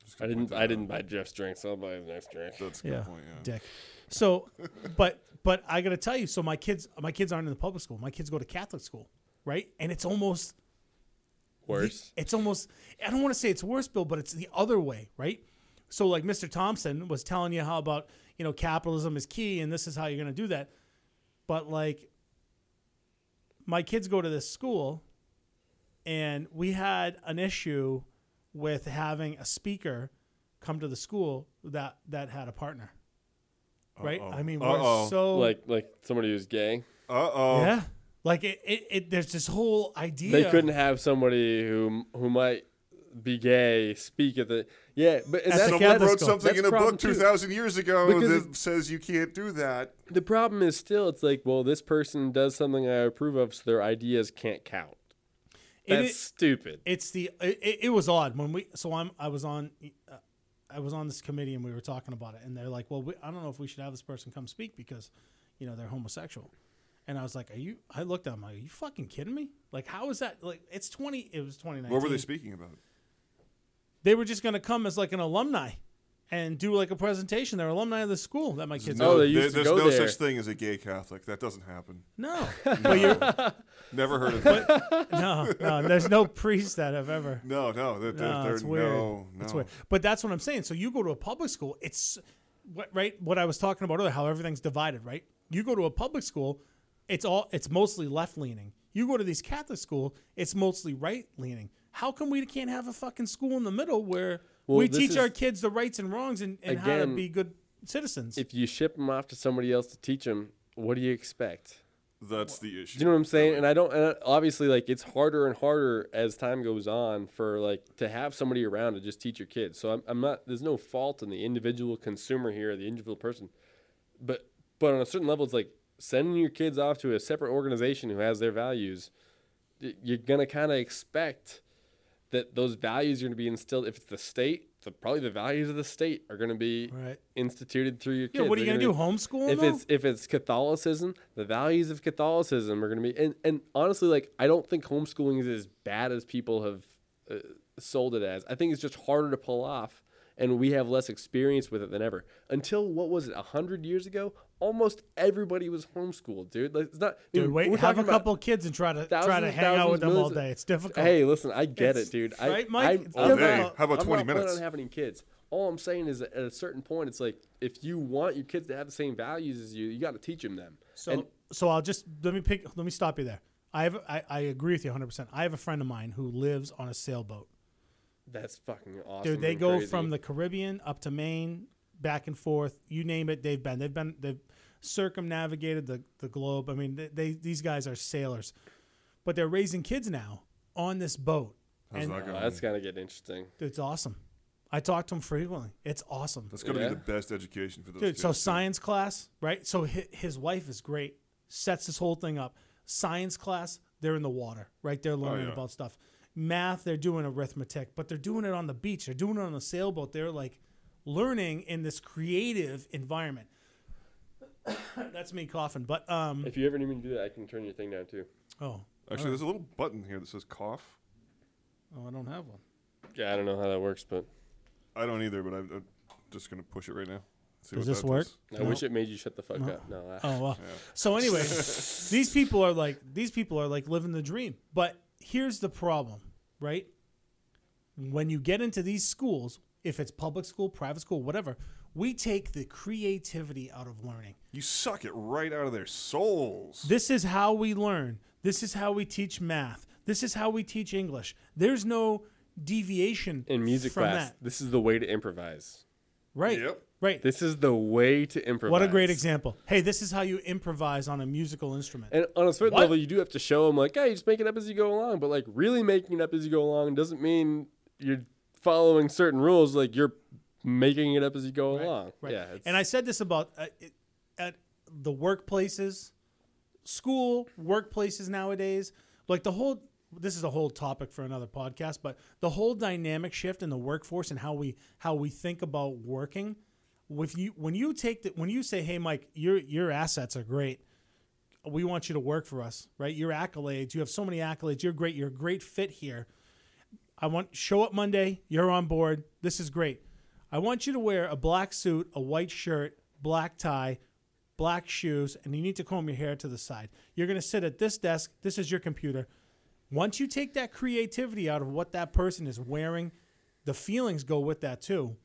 Just
I
gonna point
didn't.
that
I
out.
didn't buy Jeff's drink, so I'll buy his next drink.
That's a good point. Yeah.
dick. So, but but I gotta tell you, so my kids my kids aren't in the public school. My kids go to Catholic school, right? And it's almost
Worse.
It's almost I don't want to say it's worse, Bill, but it's the other way, right? So like Mr. Thompson was telling you how about you know capitalism is key and this is how you're gonna do that, but like my kids go to this school, and we had an issue with having a speaker come to the school that that had a partner. Right? I mean, we're
Uh-oh.
so
Oh. Like like somebody who's gay.
Uh oh.
yeah, like it, it, it. There's this whole idea.
They couldn't have somebody who who might be gay speak at the yeah. But and that's,
the
Someone
Catholic
wrote
school.
something
That's
in a
problem
book
too.
2,000 years ago
Because
that says you can't do that.
the problem is still it's like well this person does something I approve of, so their ideas can't count.
It
That's
is-
stupid.
it's the it, it- it was odd when we so I'm I was on uh, I was on this committee and we were talking about it and they're like well we, I don't know if we should have this person come speak because you know they're homosexual and I was like are you I looked at him like are you fucking kidding me like how is that like it's 20 it was 2019
What were they speaking about?
they were just going to come as like an alumni and do like a presentation they're alumni of the school that my kids
No,
are
they used to
there's
go
no
there.
such thing as a gay Catholic. That doesn't happen.
no but you're
Never heard of that.
no no there's no priests that have ever
No, no. That, that,
No,
there-
Uh, it's weird.
No, no.
It's weird. But that's what I'm saying. So you go to a public school, it's what right what I was talking about earlier, how everything's divided, right? You go to a public school, it's all it's mostly left leaning. You go to these Catholic school, it's mostly right leaning. How come we can't have a fucking school in the middle where
Well,
we
this
teach
is-
our kids the rights and wrongs and, and how to
Again,
be good citizens?
If you ship them off to somebody else to teach them, what do you expect?
That's the issue.
Do you know what I'm saying? And I don't. And I- obviously, like it's harder and harder as time goes on for like to have somebody around to just teach your kids. So I'm, I'm not. There's no fault in the individual consumer here, the individual person. But but on a certain level, it's like sending your kids off to a separate organization who has their values. y- You're gonna kind of expect that those values are gonna be instilled. If it's the state, the probably the values of the state are gonna be
Right.
instituted through your
Yeah,
kids.
what are you
They're
gonna
gonna
do, homeschool 'em
If
though?
it's if it's Catholicism, the values of Catholicism are going to be. And, and honestly, like I don't think homeschooling is as bad as people have uh, sold it as. I think it's just harder to pull off, and we have less experience with it than ever. Until what was it, hundred years ago? Almost everybody was homeschooled, dude. Like it's not. I mean,
Dude, wait,
we're
have
talking
a
about
couple kids and try to try to
thousands,
hang out
thousands,
with them all
millions of-
day. It's difficult.
Hey, listen, I get it,
It's-
dude. I,
right, Mike?
I-
It's
I'm
All
not-
day. How
about
I'm not
20
planning
minutes?
on having any kids. All I'm saying is, that at a certain point, it's like if you want your kids to have the same values as you, you got to teach them them.
So,
and
so I'll just let me pick. Let me stop you there. I have. I, I agree with you 100. percent I have a friend of mine who lives on a sailboat.
that's fucking awesome.
Dude, they
and
go
crazy.
from the Caribbean up to Maine, back and forth. You name it, they've been. They've been. They've circumnavigated the the globe. I mean, they, they these guys are sailors, but they're raising kids now on this boat.
How's
and
that
Oh,
going?
that's gonna get interesting.
dude, it's awesome. I talk to him frequently. It's awesome.
That's going to
Yeah.
be the best education for those
Dude,
kids.
so science class, right? So hi- his wife is great. Sets this whole thing up. Science class, they're in the water, right? They're learning
yeah.
about stuff. Math, they're doing arithmetic, but they're doing it on the beach. They're doing it on the sailboat. They're like learning in this creative environment. That's me coughing, but um,
If you ever need me to do that, I can turn your thing down too.
oh,
Actually, there's a little button here that says cough.
oh, I don't have one.
Yeah, I don't know how that works, but
I don't either, but I'm, I'm just going to push it right now. See
Does
what
this
that
work?
does.
I wish it made you shut the fuck up. No, I,
Oh well. So anyway, these people are like these people are like living the dream. But here's the problem, right? When you get into these schools, if it's public school, private school, whatever, we take the creativity out of learning.
You suck it right out of their souls.
This is how we learn. This is how we teach math. This is how we teach English. There's no deviation
in music
from
class,
that.
this is the way to improvise.
Right.
Yep.
Right.
This is the way to improvise.
what a great example. Hey, this is how you improvise on a musical instrument.
And on a certain
What?
level, you do have to show them, like, hey, just make it up as you go along. But, like, really making it up as you go along doesn't mean you're following certain rules. Like, you're making it up as you go along.
Right.
Yeah. It's,
and I said this about uh, it, at the workplaces, school workplaces nowadays. Like the whole, this is a whole topic for another podcast, but the whole dynamic shift in the workforce and how we how we think about working. With you, when you take the, when you say, "Hey, Mike, your your assets are great. We want you to work for us, right? Your accolades. You have so many accolades. You're great. You're a great fit here." I want show up Monday. You're on board. This is great. I want you to wear a black suit, a white shirt, black tie, black shoes, and you need to comb your hair to the side. You're going to sit at this desk. This is your computer. Once you take that creativity out of what that person is wearing, the feelings go with that too.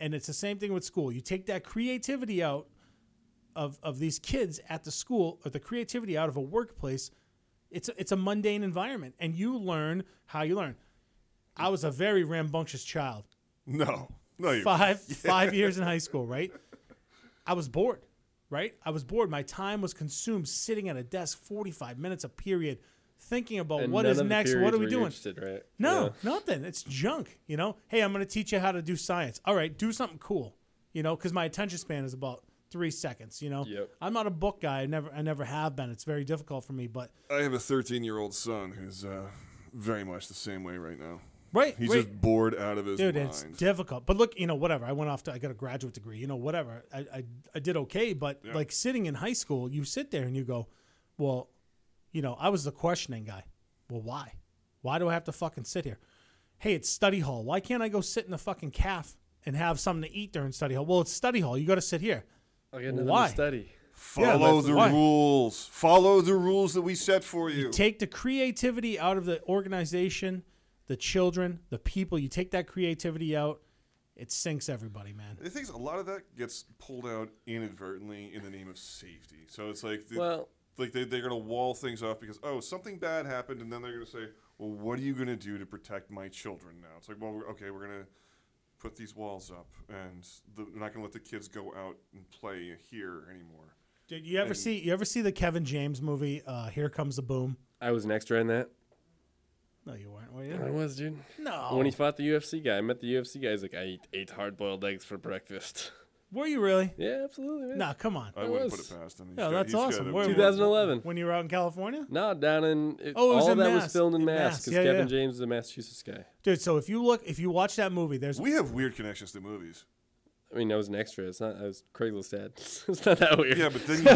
And it's the same thing with school. You take that creativity out of, of these kids at the school or the creativity out of a workplace, it's a, it's a mundane environment and you learn how you learn. I was a very rambunctious child.
No. No, you
Five five years in high school, right? I was bored, right? I was bored. My time was consumed sitting at a desk 45 minutes a period thinking about
And
what
none
is
of the
next, what
periods
are we
were you
doing?
interested, right?
No,
Yeah.
nothing. It's junk. You know. Hey, I'm going to teach you how to do science. All right, do something cool. You know, because my attention span is about three seconds. You know.
Yep.
I'm not a book guy. I never, I never have been. It's very difficult for me. But
I have a 13 year old son who's uh, very much the same way right now.
right,
He's
right.
just bored out of his
Dude,
mind.
it's difficult. But look, you know, whatever. I went off to, I got a graduate degree, you know, whatever. I, I, I did okay. But like sitting in high school, you sit there and you go, well, you know, I was the questioning guy. Well, why? Why do I have to fucking sit here? Hey, it's study hall. Why can't I go sit in the fucking calf and have something to eat during study hall? Well, it's study hall. You got to sit here.
I got nothing to
Why?
study.
Follow
that's
the
why.
rules. Follow the rules that we set for you.
Take the creativity out of the organization, the children, the people. You take that creativity out, it sinks everybody, man.
The thing is, a lot of that gets pulled out inadvertently in the name of safety. So it's like, the,
Well-
like they, they're going to wall things off because, oh, something bad happened. And then they're going to say, well, what are you going to do to protect my children now? It's like, well, we're, okay, we're going to put these walls up and the, we're not going to let the kids go out and play here anymore.
Did you ever see you ever see the Kevin James movie? Uh, Here comes the boom.
I was an extra in that.
No, you weren't. Were
I
you?
was, dude.
No.
When he fought the UFC guy, I met the UFC guy. He's like, I eat eight hard boiled eggs for breakfast.
Were you really?
yeah, absolutely, man.
Nah, come on.
I wouldn't put
was-
it past him. He's
Yeah,
got-
that's
he's got
awesome.
a-
Where-
he's
2011.
When you were out in California,
No, down in. It,
Oh, it was
all
in
that
Mass.
was filmed in
In
Mass
Mass.
because
Yeah,
Kevin
yeah.
James is a Massachusetts guy.
dude. So if you look, if you watch that movie, there's
We have weird connections to movies.
I mean, I was an extra. It's not. I was Craigslist ad. it's not that weird.
Yeah, but then you,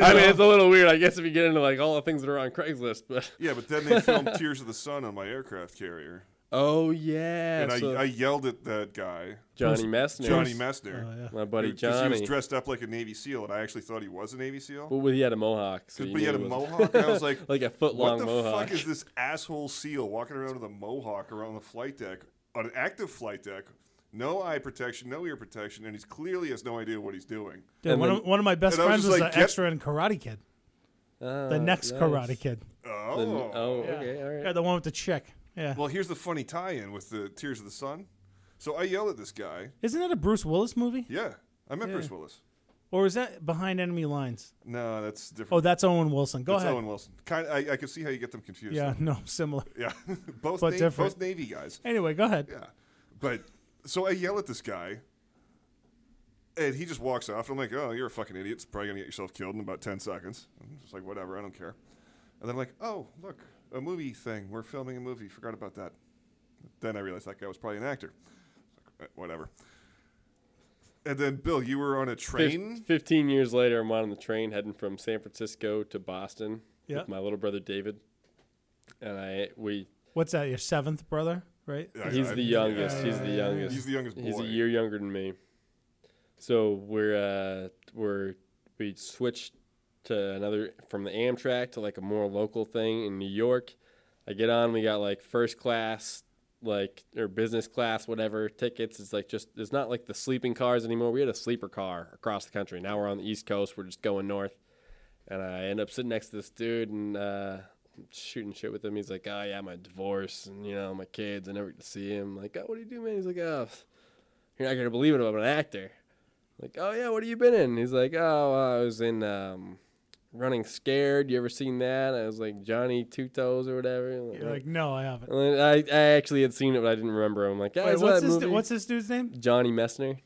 I mean, it's a little weird, I guess, if you get into like all the things that are on Craigslist. But
yeah, but then they filmed Tears of the Sun on my aircraft carrier,
oh yeah,
and
so
I, I yelled at that guy,
Johnny Messner,
Johnny Messner,
Oh, yeah.
my buddy
because he
Johnny.
was dressed up like a Navy SEAL, and I actually thought he was a Navy SEAL.
but he had a mohawk. So
But
you
he
knew
had a
it wasn't-
mohawk. and I was like,
like a foot
what
long
the
mohawk.
fuck is this asshole SEAL walking around with a mohawk around the flight deck, on an active flight deck, no eye protection, no ear protection, and he's clearly has no idea what he's doing.
dude,
and
one, of,
then-
one of my best
and I was
friends
just
was
like,
an
get-
extra in Karate Kid.
Ah,
The next
nice.
Karate Kid.
Oh.
The- oh, okay, all
Yeah,
right.
the one with the chick. Yeah.
Well, here's the funny tie-in with the Tears of the Sun. So I yelled at this guy.
Isn't that a Bruce Willis movie?
Yeah, I met
Yeah.
Bruce Willis.
Or is that Behind Enemy Lines?
No, that's
Oh,
different.
that's Owen Wilson. Go
that's
ahead.
Owen Wilson. Kind, I, I can see how you get them confused.
yeah, no, similar.
yeah. both
But
Na-
different.
both Navy guys.
Anyway, go ahead.
Yeah, but so I yell at this guy, and he just walks off. And I'm like, "Oh, you're a fucking idiot. It's probably gonna get yourself killed in about ten seconds." I'm just like, "Whatever. I don't care." And then I'm like, "Oh, look, a movie thing. We're filming a movie. Forgot about that." Then I realized that guy was probably an actor. Like, "Eh, Whatever. And then Bill, you were on a
Fif-
train.
Fifteen years later, I'm on the train heading from San Francisco to Boston
Yeah.
with my little brother David, and I we
What's that? Your seventh brother, right?
Yeah,
He's
I-
the youngest. he's the
yeah.
youngest.
He's the youngest
He's a
boy.
year younger than me. So we're uh, we're we switched to another from the Amtrak to like a more local thing in New York. I get on. We got like first class, like or business class, whatever tickets. It's like just it's not like the sleeping cars anymore. We had a sleeper car across the country. Now we're on the East Coast. We're just going north and I end up sitting next to this dude and uh, shooting shit with him. He's like, "Oh yeah, my divorce and you know my kids. I never get to see him." like, "Oh, what do you do, man?" He's like, "Oh, you're not gonna believe it, but I'm an actor." like, "Oh yeah, what have you been in?" He's like, "Oh, I was in um, Running Scared. You ever seen that?" I was like, "Johnny Two Toes or whatever."
You're like, no, I haven't.
and then I, I actually had seen it, but I didn't remember. I'm like, "Yeah, I
Wait,
saw
what's
that
this?
movie."
What's this dude's name?
Johnny Messner.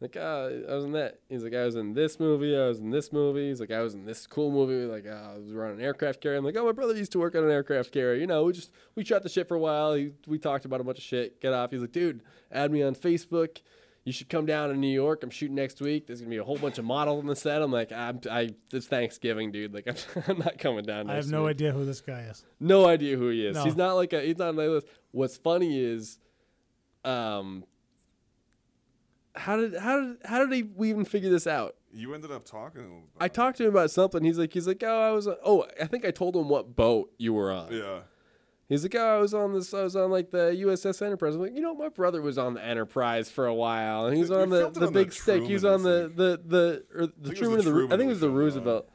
Like, ah, I was in that. He's like, I was in this movie. I was in this movie. He's like, I was in this cool movie. Like, ah, I was running an aircraft carrier. I'm like, oh, my brother used to work on an aircraft carrier. You know, we just we shot the shit for a while. He, we talked about a bunch of shit. Get off. He's like, dude, add me on Facebook. You should come down to New York. I'm shooting next week. There's gonna be a whole bunch of models on the set. I'm like, I'm, I, it's Thanksgiving, dude. Like, I'm, I'm not coming down.
I
next
have no
week.
idea who this guy is.
No idea who he is.
No.
He's not like a. He's not on my list. What's funny is, um, how did how did how did he, we even figure this out?
You ended up talking.
I
talked.
talked to him about something. He's like, he's like, oh, I was. on- Oh, I think I told him what boat you were on.
Yeah.
He's like, oh, I was on this. I was on like the USS Enterprise. I'm like, you know, my brother was on the Enterprise for a while, and he's
We
on the,
filmed it
the
on
big
the
stick. He's
Truman, I
on the
think.
the the or the
was
Truman
the
of the. Ru- I
Truman
think it
we
was the
filmed it on.
Roosevelt.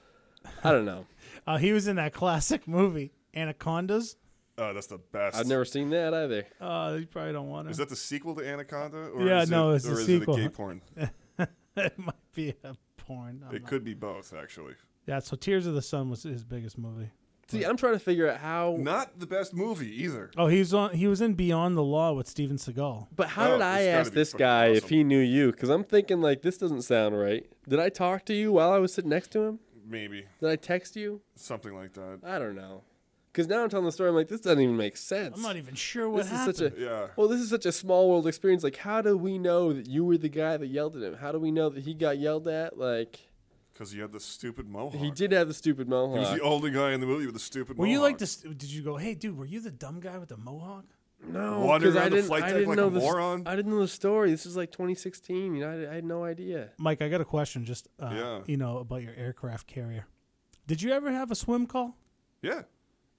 I don't know.
Uh, he was in that classic movie, Anacondas.
Oh, that's the best.
I've never seen that either.
Uh, you probably don't want to.
Is that the sequel to Anaconda? Or
Yeah,
is
no,
it,
it's the
or is
sequel.
it a gay porn?
it might be a porn. I'm
It
not-
could be both, actually.
Yeah. So Tears of the Sun was his biggest movie.
See, I'm trying to figure out how.
Not the best movie either.
Oh, he was on. He was in Beyond the Law with Steven Seagal.
But how
Oh,
did
it's
I
gotta
ask
be
this
fucking
guy if
awesome.
he knew you? Because I'm thinking like this doesn't sound right. Did I talk to you while I was sitting next to him?
Maybe
Did I text you?
something like that.
I don't know. Because now I'm telling the story, I'm like this doesn't even make sense.
I'm not even sure what
this is
happened.
such a
Yeah.
well, this is such a small world experience. Like, how do we know that you were the guy that yelled at him? How do we know that he got yelled at? Like,
Because he had the stupid mohawk.
he did have the stupid mohawk.
He was the only guy in the movie with the stupid
were
mohawk.
you like this? Did you go, hey, dude? Were you the dumb guy with the mohawk?
no,
wandering
'cause I
around the
didn't,
flight
I
deck
didn't
like
know
a
this,
moron?
I didn't know the story. This is like 2016. You know, I, I had no idea.
Mike, I got a question. Just uh,
Yeah.
you know about your aircraft carrier. Did you ever have a swim call?
Yeah.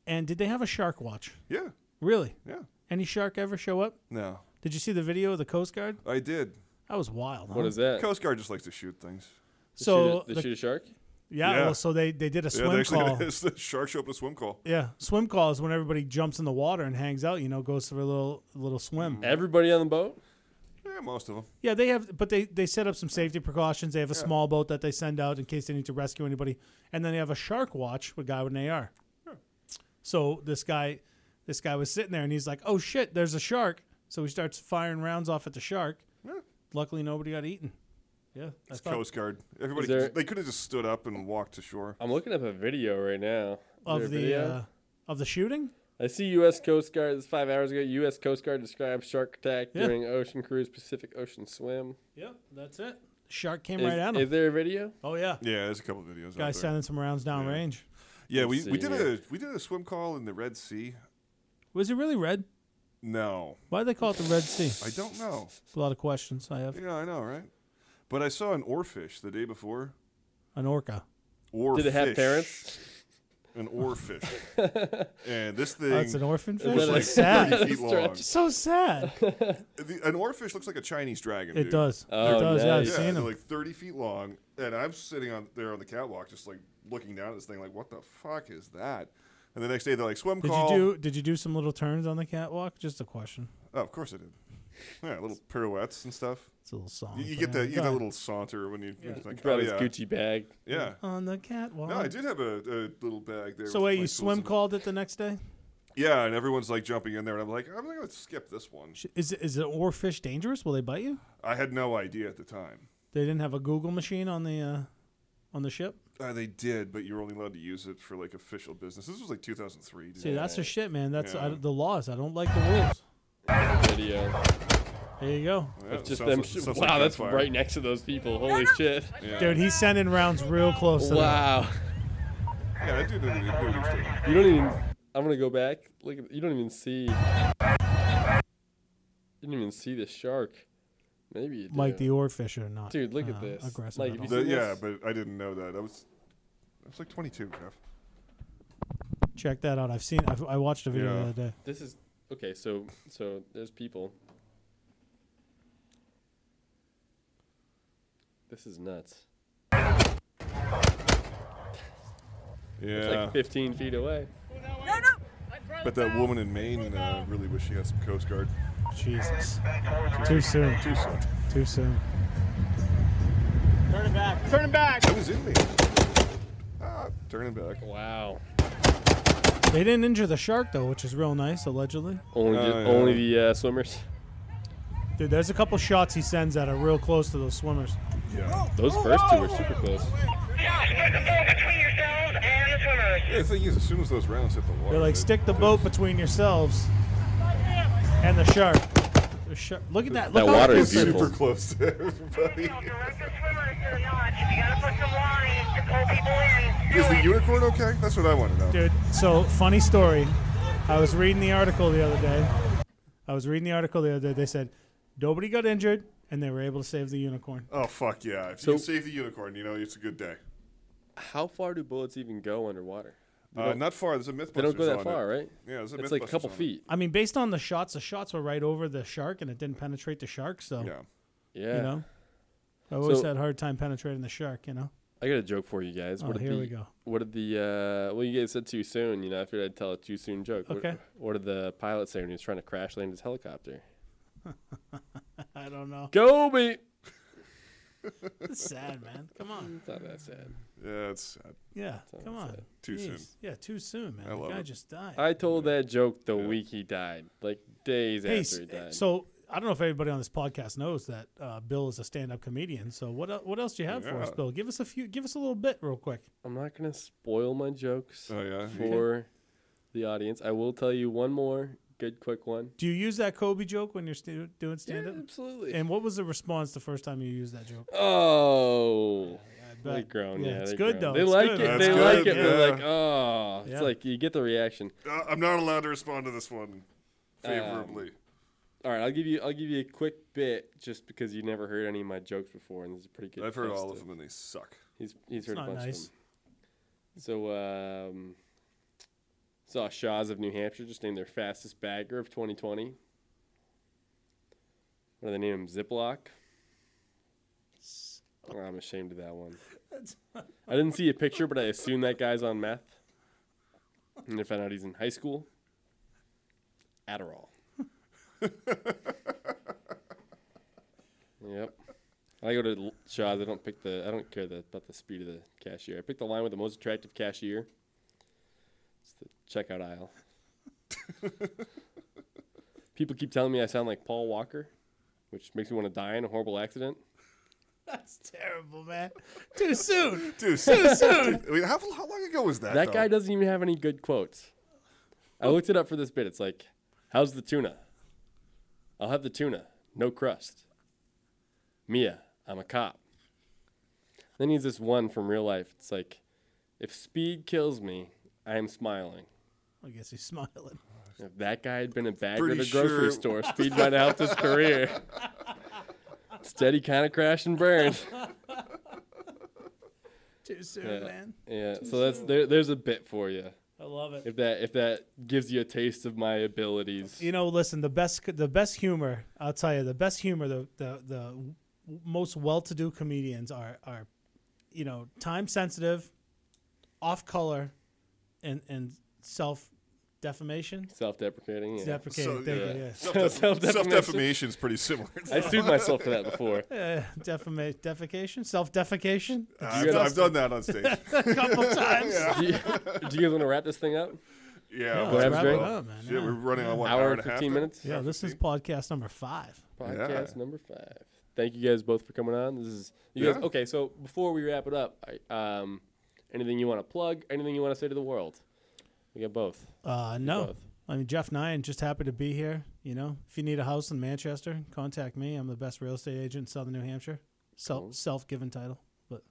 And did they have a shark watch?
Yeah.
Really?
Yeah.
Any shark ever show up?
No.
Did you see the video of the Coast Guard?
I did.
That was wild.
What
huh?
is that?
Coast Guard just likes to shoot things.
So
shoot a, they
the-
shoot a shark.
yeah,
Yeah.
Well, so they they did a
Yeah,
swim
they
call.
actually, it's the shark show up in a swim call.
Yeah, swim call is when
Mm.
everybody jumps in the water and hangs out. You know, goes for a little little swim.
Everybody on the boat.
Yeah, Yeah, most of them.
Yeah, they have, but they they set up some safety precautions. They have a small boat that they send out in case they need to rescue anybody, and then they have a shark watch with a guy with an AR. So this guy, this guy was sitting there, and he's like, "Oh shit, there's a shark!" So he starts firing rounds off at the shark. Luckily, nobody got eaten. Yeah, I
It's
thought-
Coast Guard. Everybody,
Is there-
they could have just stood up and walked to shore.
I'm looking up a video right now. Is there a
of the
video?
uh, of the shooting.
I see U.S. Coast Guard. This is five hours ago. U.S. Coast Guard described shark attack
Yeah.
during ocean cruise, Pacific Ocean swim.
Yep, that's it. Shark came
Is,
right at him.
is there a video?
oh yeah,
Yeah, there's a couple videos.
guy
out there.
sending some rounds downrange.
Yeah, we,
Let's
we
see
did
here.
a we did a swim call in the Red Sea.
Was he really red?
No,
Why do they call it the Red Sea?
I don't know.
A lot of questions I have.
Yeah, I know, right? But I saw an oarfish the day before.
An orca.
Or
Did it have
fish.
parents?
An oarfish. and this thing,
That's an orphan fish.
that
That's
a-
sad.
30 feet long.
Stretch.
so sad.
The- an oarfish looks like a Chinese dragon.
It
dude.
does.
Oh,
it does. Yeah, I've
nice.
Yeah,
seen
they're
them.
like 30 feet long, and I'm sitting on there on the catwalk, just like looking down at this thing, like, what the fuck is that? And the next day, they're like, swim
did you
call.
do? Did you do some little turns on the catwalk? Just a question.
Oh, of course I did. Yeah, little pirouettes and stuff.
It's a little song.
You, you
but
get
yeah.
that, you get
Go
that
ahead.
little saunter when you. it's
He
Like, oh,
brought his
yeah.
Gucci bag.
yeah.
on the catwalk.
No, I did have a, a little bag there.
Oh, So
with
wait,
my
you
tools
swim
in it.
called it the next day?
Yeah, and everyone's like jumping in there, and I'm like, I'm gonna skip this one.
Sh- Is is the oarfish dangerous? Will they bite you?
I had no idea at the time.
They didn't have a Google machine on the uh, on the ship.
Uh, they did, but you were only allowed to use it for like official business. This was like 2003. Dude.
See, that's the shit, man. That's I,
Yeah.
the laws. I don't like the rules.
Video.
There you go,
Yeah,
It's just
sounds
them.
like-
sh-
sounds
wow,
like
that's
gunfire.
right next to those people. Holy shit.
Yeah.
dude. He's sending rounds real close. To that.
Wow.
Yeah, that dude didn't even do anything.
You don't even. I'm gonna go back. Look, at- you don't even see. You didn't even see the shark. Maybe you do.
Mike the oarfish or not?
Dude, look
uh,
at this.
Aggressive.
Mike,
at
if
all.
you
The-
seen
yeah,
this?
but I didn't know that. I was, I was like 22, Jeff.
Check that out. I've seen. I've, I watched a video
Yeah.
the other day.
This is okay. So so there's people. This is nuts. It's
Yeah,
like 15 feet away.
No, no.
but that woman in Maine uh, really wished she had some Coast Guard.
Jesus. Too soon.
Too soon.
Too soon.
I was in Maine. Ah, turning back.
Wow.
They didn't injure the shark though, which is real nice, allegedly.
Only
Oh,
ju-
yeah.
only the uh, swimmers.
Dude, there's a couple shots he sends that are real close to those swimmers.
Yeah.
Those first two were super close.
Josh, put the ball between yourselves and the swimmers.
Yeah, the thing is, as soon as those rounds hit the water,
They're like,
they-
stick the boat between yourselves and the shark. The shark. Look at that. Look
That
how
water
it
is
is.
beautiful.
super close to everybody.
Now direct the swimmers to the notch. If you gotta put some lines to pull people in, do
Is the
it.
unicorn okay? That's what I want to know.
Dude, so funny story. I was reading the article the other day. I was reading the article the other day. They said nobody got injured and they were able to save the unicorn.
Oh fuck yeah! If
So-
you can save the unicorn, you know it's a good day.
How far do bullets even go underwater?
Uh, not far. There's a myth.
They don't go that far, right?
Yeah, there's a
It's like a
Mythbusters
couple
on it.
feet.
I mean, based on the shots, the shots were right over the shark and it didn't penetrate the shark, so
Yeah.
Yeah.
you know. I always
So-
had a hard time penetrating the shark, you know.
I got a joke for you guys.
Oh,
What did
here
the,
we go.
What did the uh, well? You guys said too soon. You know, I figured I'd tell a too soon joke. What-
Okay.
What, did the pilot say when he was trying to crash land his helicopter?
I don't know.
Go be.
It's sad, man. Come on.
It's not that sad.
Yeah, it's sad.
Yeah, come on.
Too soon.
Jeez. Yeah, too soon, man.
I
the
love
guy
it.
just died.
I told that joke the week he died, like days
hey,
after he
s- eh,
died.
so I don't know if everybody on this podcast knows that uh, Bill is a stand-up comedian. So what el- what else do you have for us,
Yeah.
Bill? Give us a few. Give us a little bit, real quick.
I'm not gonna spoil my jokes
Uh,
Oh yeah.
for the audience. I will tell you one more good, quick one.
Do you use that Kobe joke when you're stu- doing stand-up?
absolutely.
And what was the response the first time you used that joke?
Oh,
bet.
they groan.
Yeah,
Yeah,
it's
they
good,
groan.
though.
They
It's
like
good.
it.
That's
they
good,
like it.
yeah.
They're like, oh,
Yeah.
it's like you get the reaction.
Uh, I'm not allowed to respond to this one
Ah,
favorably.
All right, I'll give you. I'll give you a quick bit just because you never heard any of my jokes before, and this is a pretty good.
I've heard
place
all
to-
of them and they suck.
He's he's heard a
not
bunch
nice.
of them. So um, saw Shaw's of New Hampshire just named their fastest bagger of 2020. What do they name him? Ziploc. Oh, I'm ashamed of that one. I didn't see a picture, but I assume that guy's on meth. And I found out he's in high school. Adderall. Yep. I go to Shaw's. I don't pick the. I don't care the, about the speed of the cashier. I pick the line with the most attractive cashier. It's the checkout aisle. People keep telling me I sound like Paul Walker, which makes me want to die in a horrible accident.
That's terrible, man. Too soon.
Dude, so, dude, I mean, how, how long ago was that?
That
though?
guy doesn't even have any good quotes. I looked it up for this bit. It's like, how's the tuna? I'll have the tuna, no crust. Mia, I'm a cop. Then he's this one from real life. It's like, if speed kills me, I am smiling.
I guess he's smiling.
If that guy had been a bagger at
Pretty
a grocery
sure-
store, speed might have helped his career. Instead, he kind of crashed and burned.
Too soon,
Yeah,
man.
yeah. so that's there, there's a bit for you.
I love it.
If that if that gives you a taste of my abilities.
You know, listen, the best the best humor, I'll tell you, the best humor, the the, the w- most well-to-do comedians are are you know, time sensitive, off color and and self defamation.
Self-deprecating. Yeah.
Deprecating.
So,
Thank you,
yeah.
yeah.
Self-defamation.
Self defamation is pretty similar.
I sued myself for that before.
Uh, defama- defecation, self defecation,
I've,
guys-
I've done that on stage.
a couple times.
Do you, do you guys want to wrap this thing up?
Yeah,
let's
but-
wrap it
well,
up, man,
shit,
yeah.
we're running on what
Hour,
hour
and
and a half.
15
now?
minutes.
Yeah, this is podcast number five.
Podcast
Yeah.
number five. Thank you guys both for coming on. This is you guys.
Yeah.
Okay, so before we wrap it up, I, um, anything you want to plug? Anything you want to say to the world? We got both.
Uh, no,
both.
I mean Jeff Nyan. Just happy to be here. You know, if you need a house in Manchester, contact me. I'm the best real estate agent in Southern New Hampshire. Self self given title, but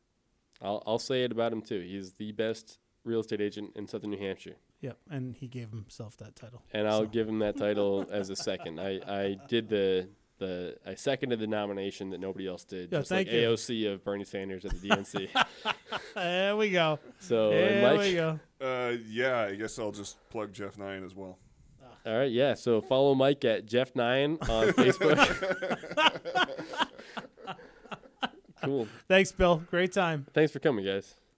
I'll I'll say it about him too. He's the best real estate agent in Southern New Hampshire,
yep. And he gave himself that title.
and I'll give him that title as a second. I I did the. The, I seconded the nomination that nobody else did,
Yeah,
just
thank
like
you.
AOC of Bernie Sanders at the DNC.
There we go.
so, and
There
Mike,
we go.
Uh, yeah, I guess I'll just plug Jeff Nine as well.
All right, yeah. So follow Mike at Jeff Nine on Facebook. cool.
Thanks, Bill. Great time.
Thanks for coming, guys.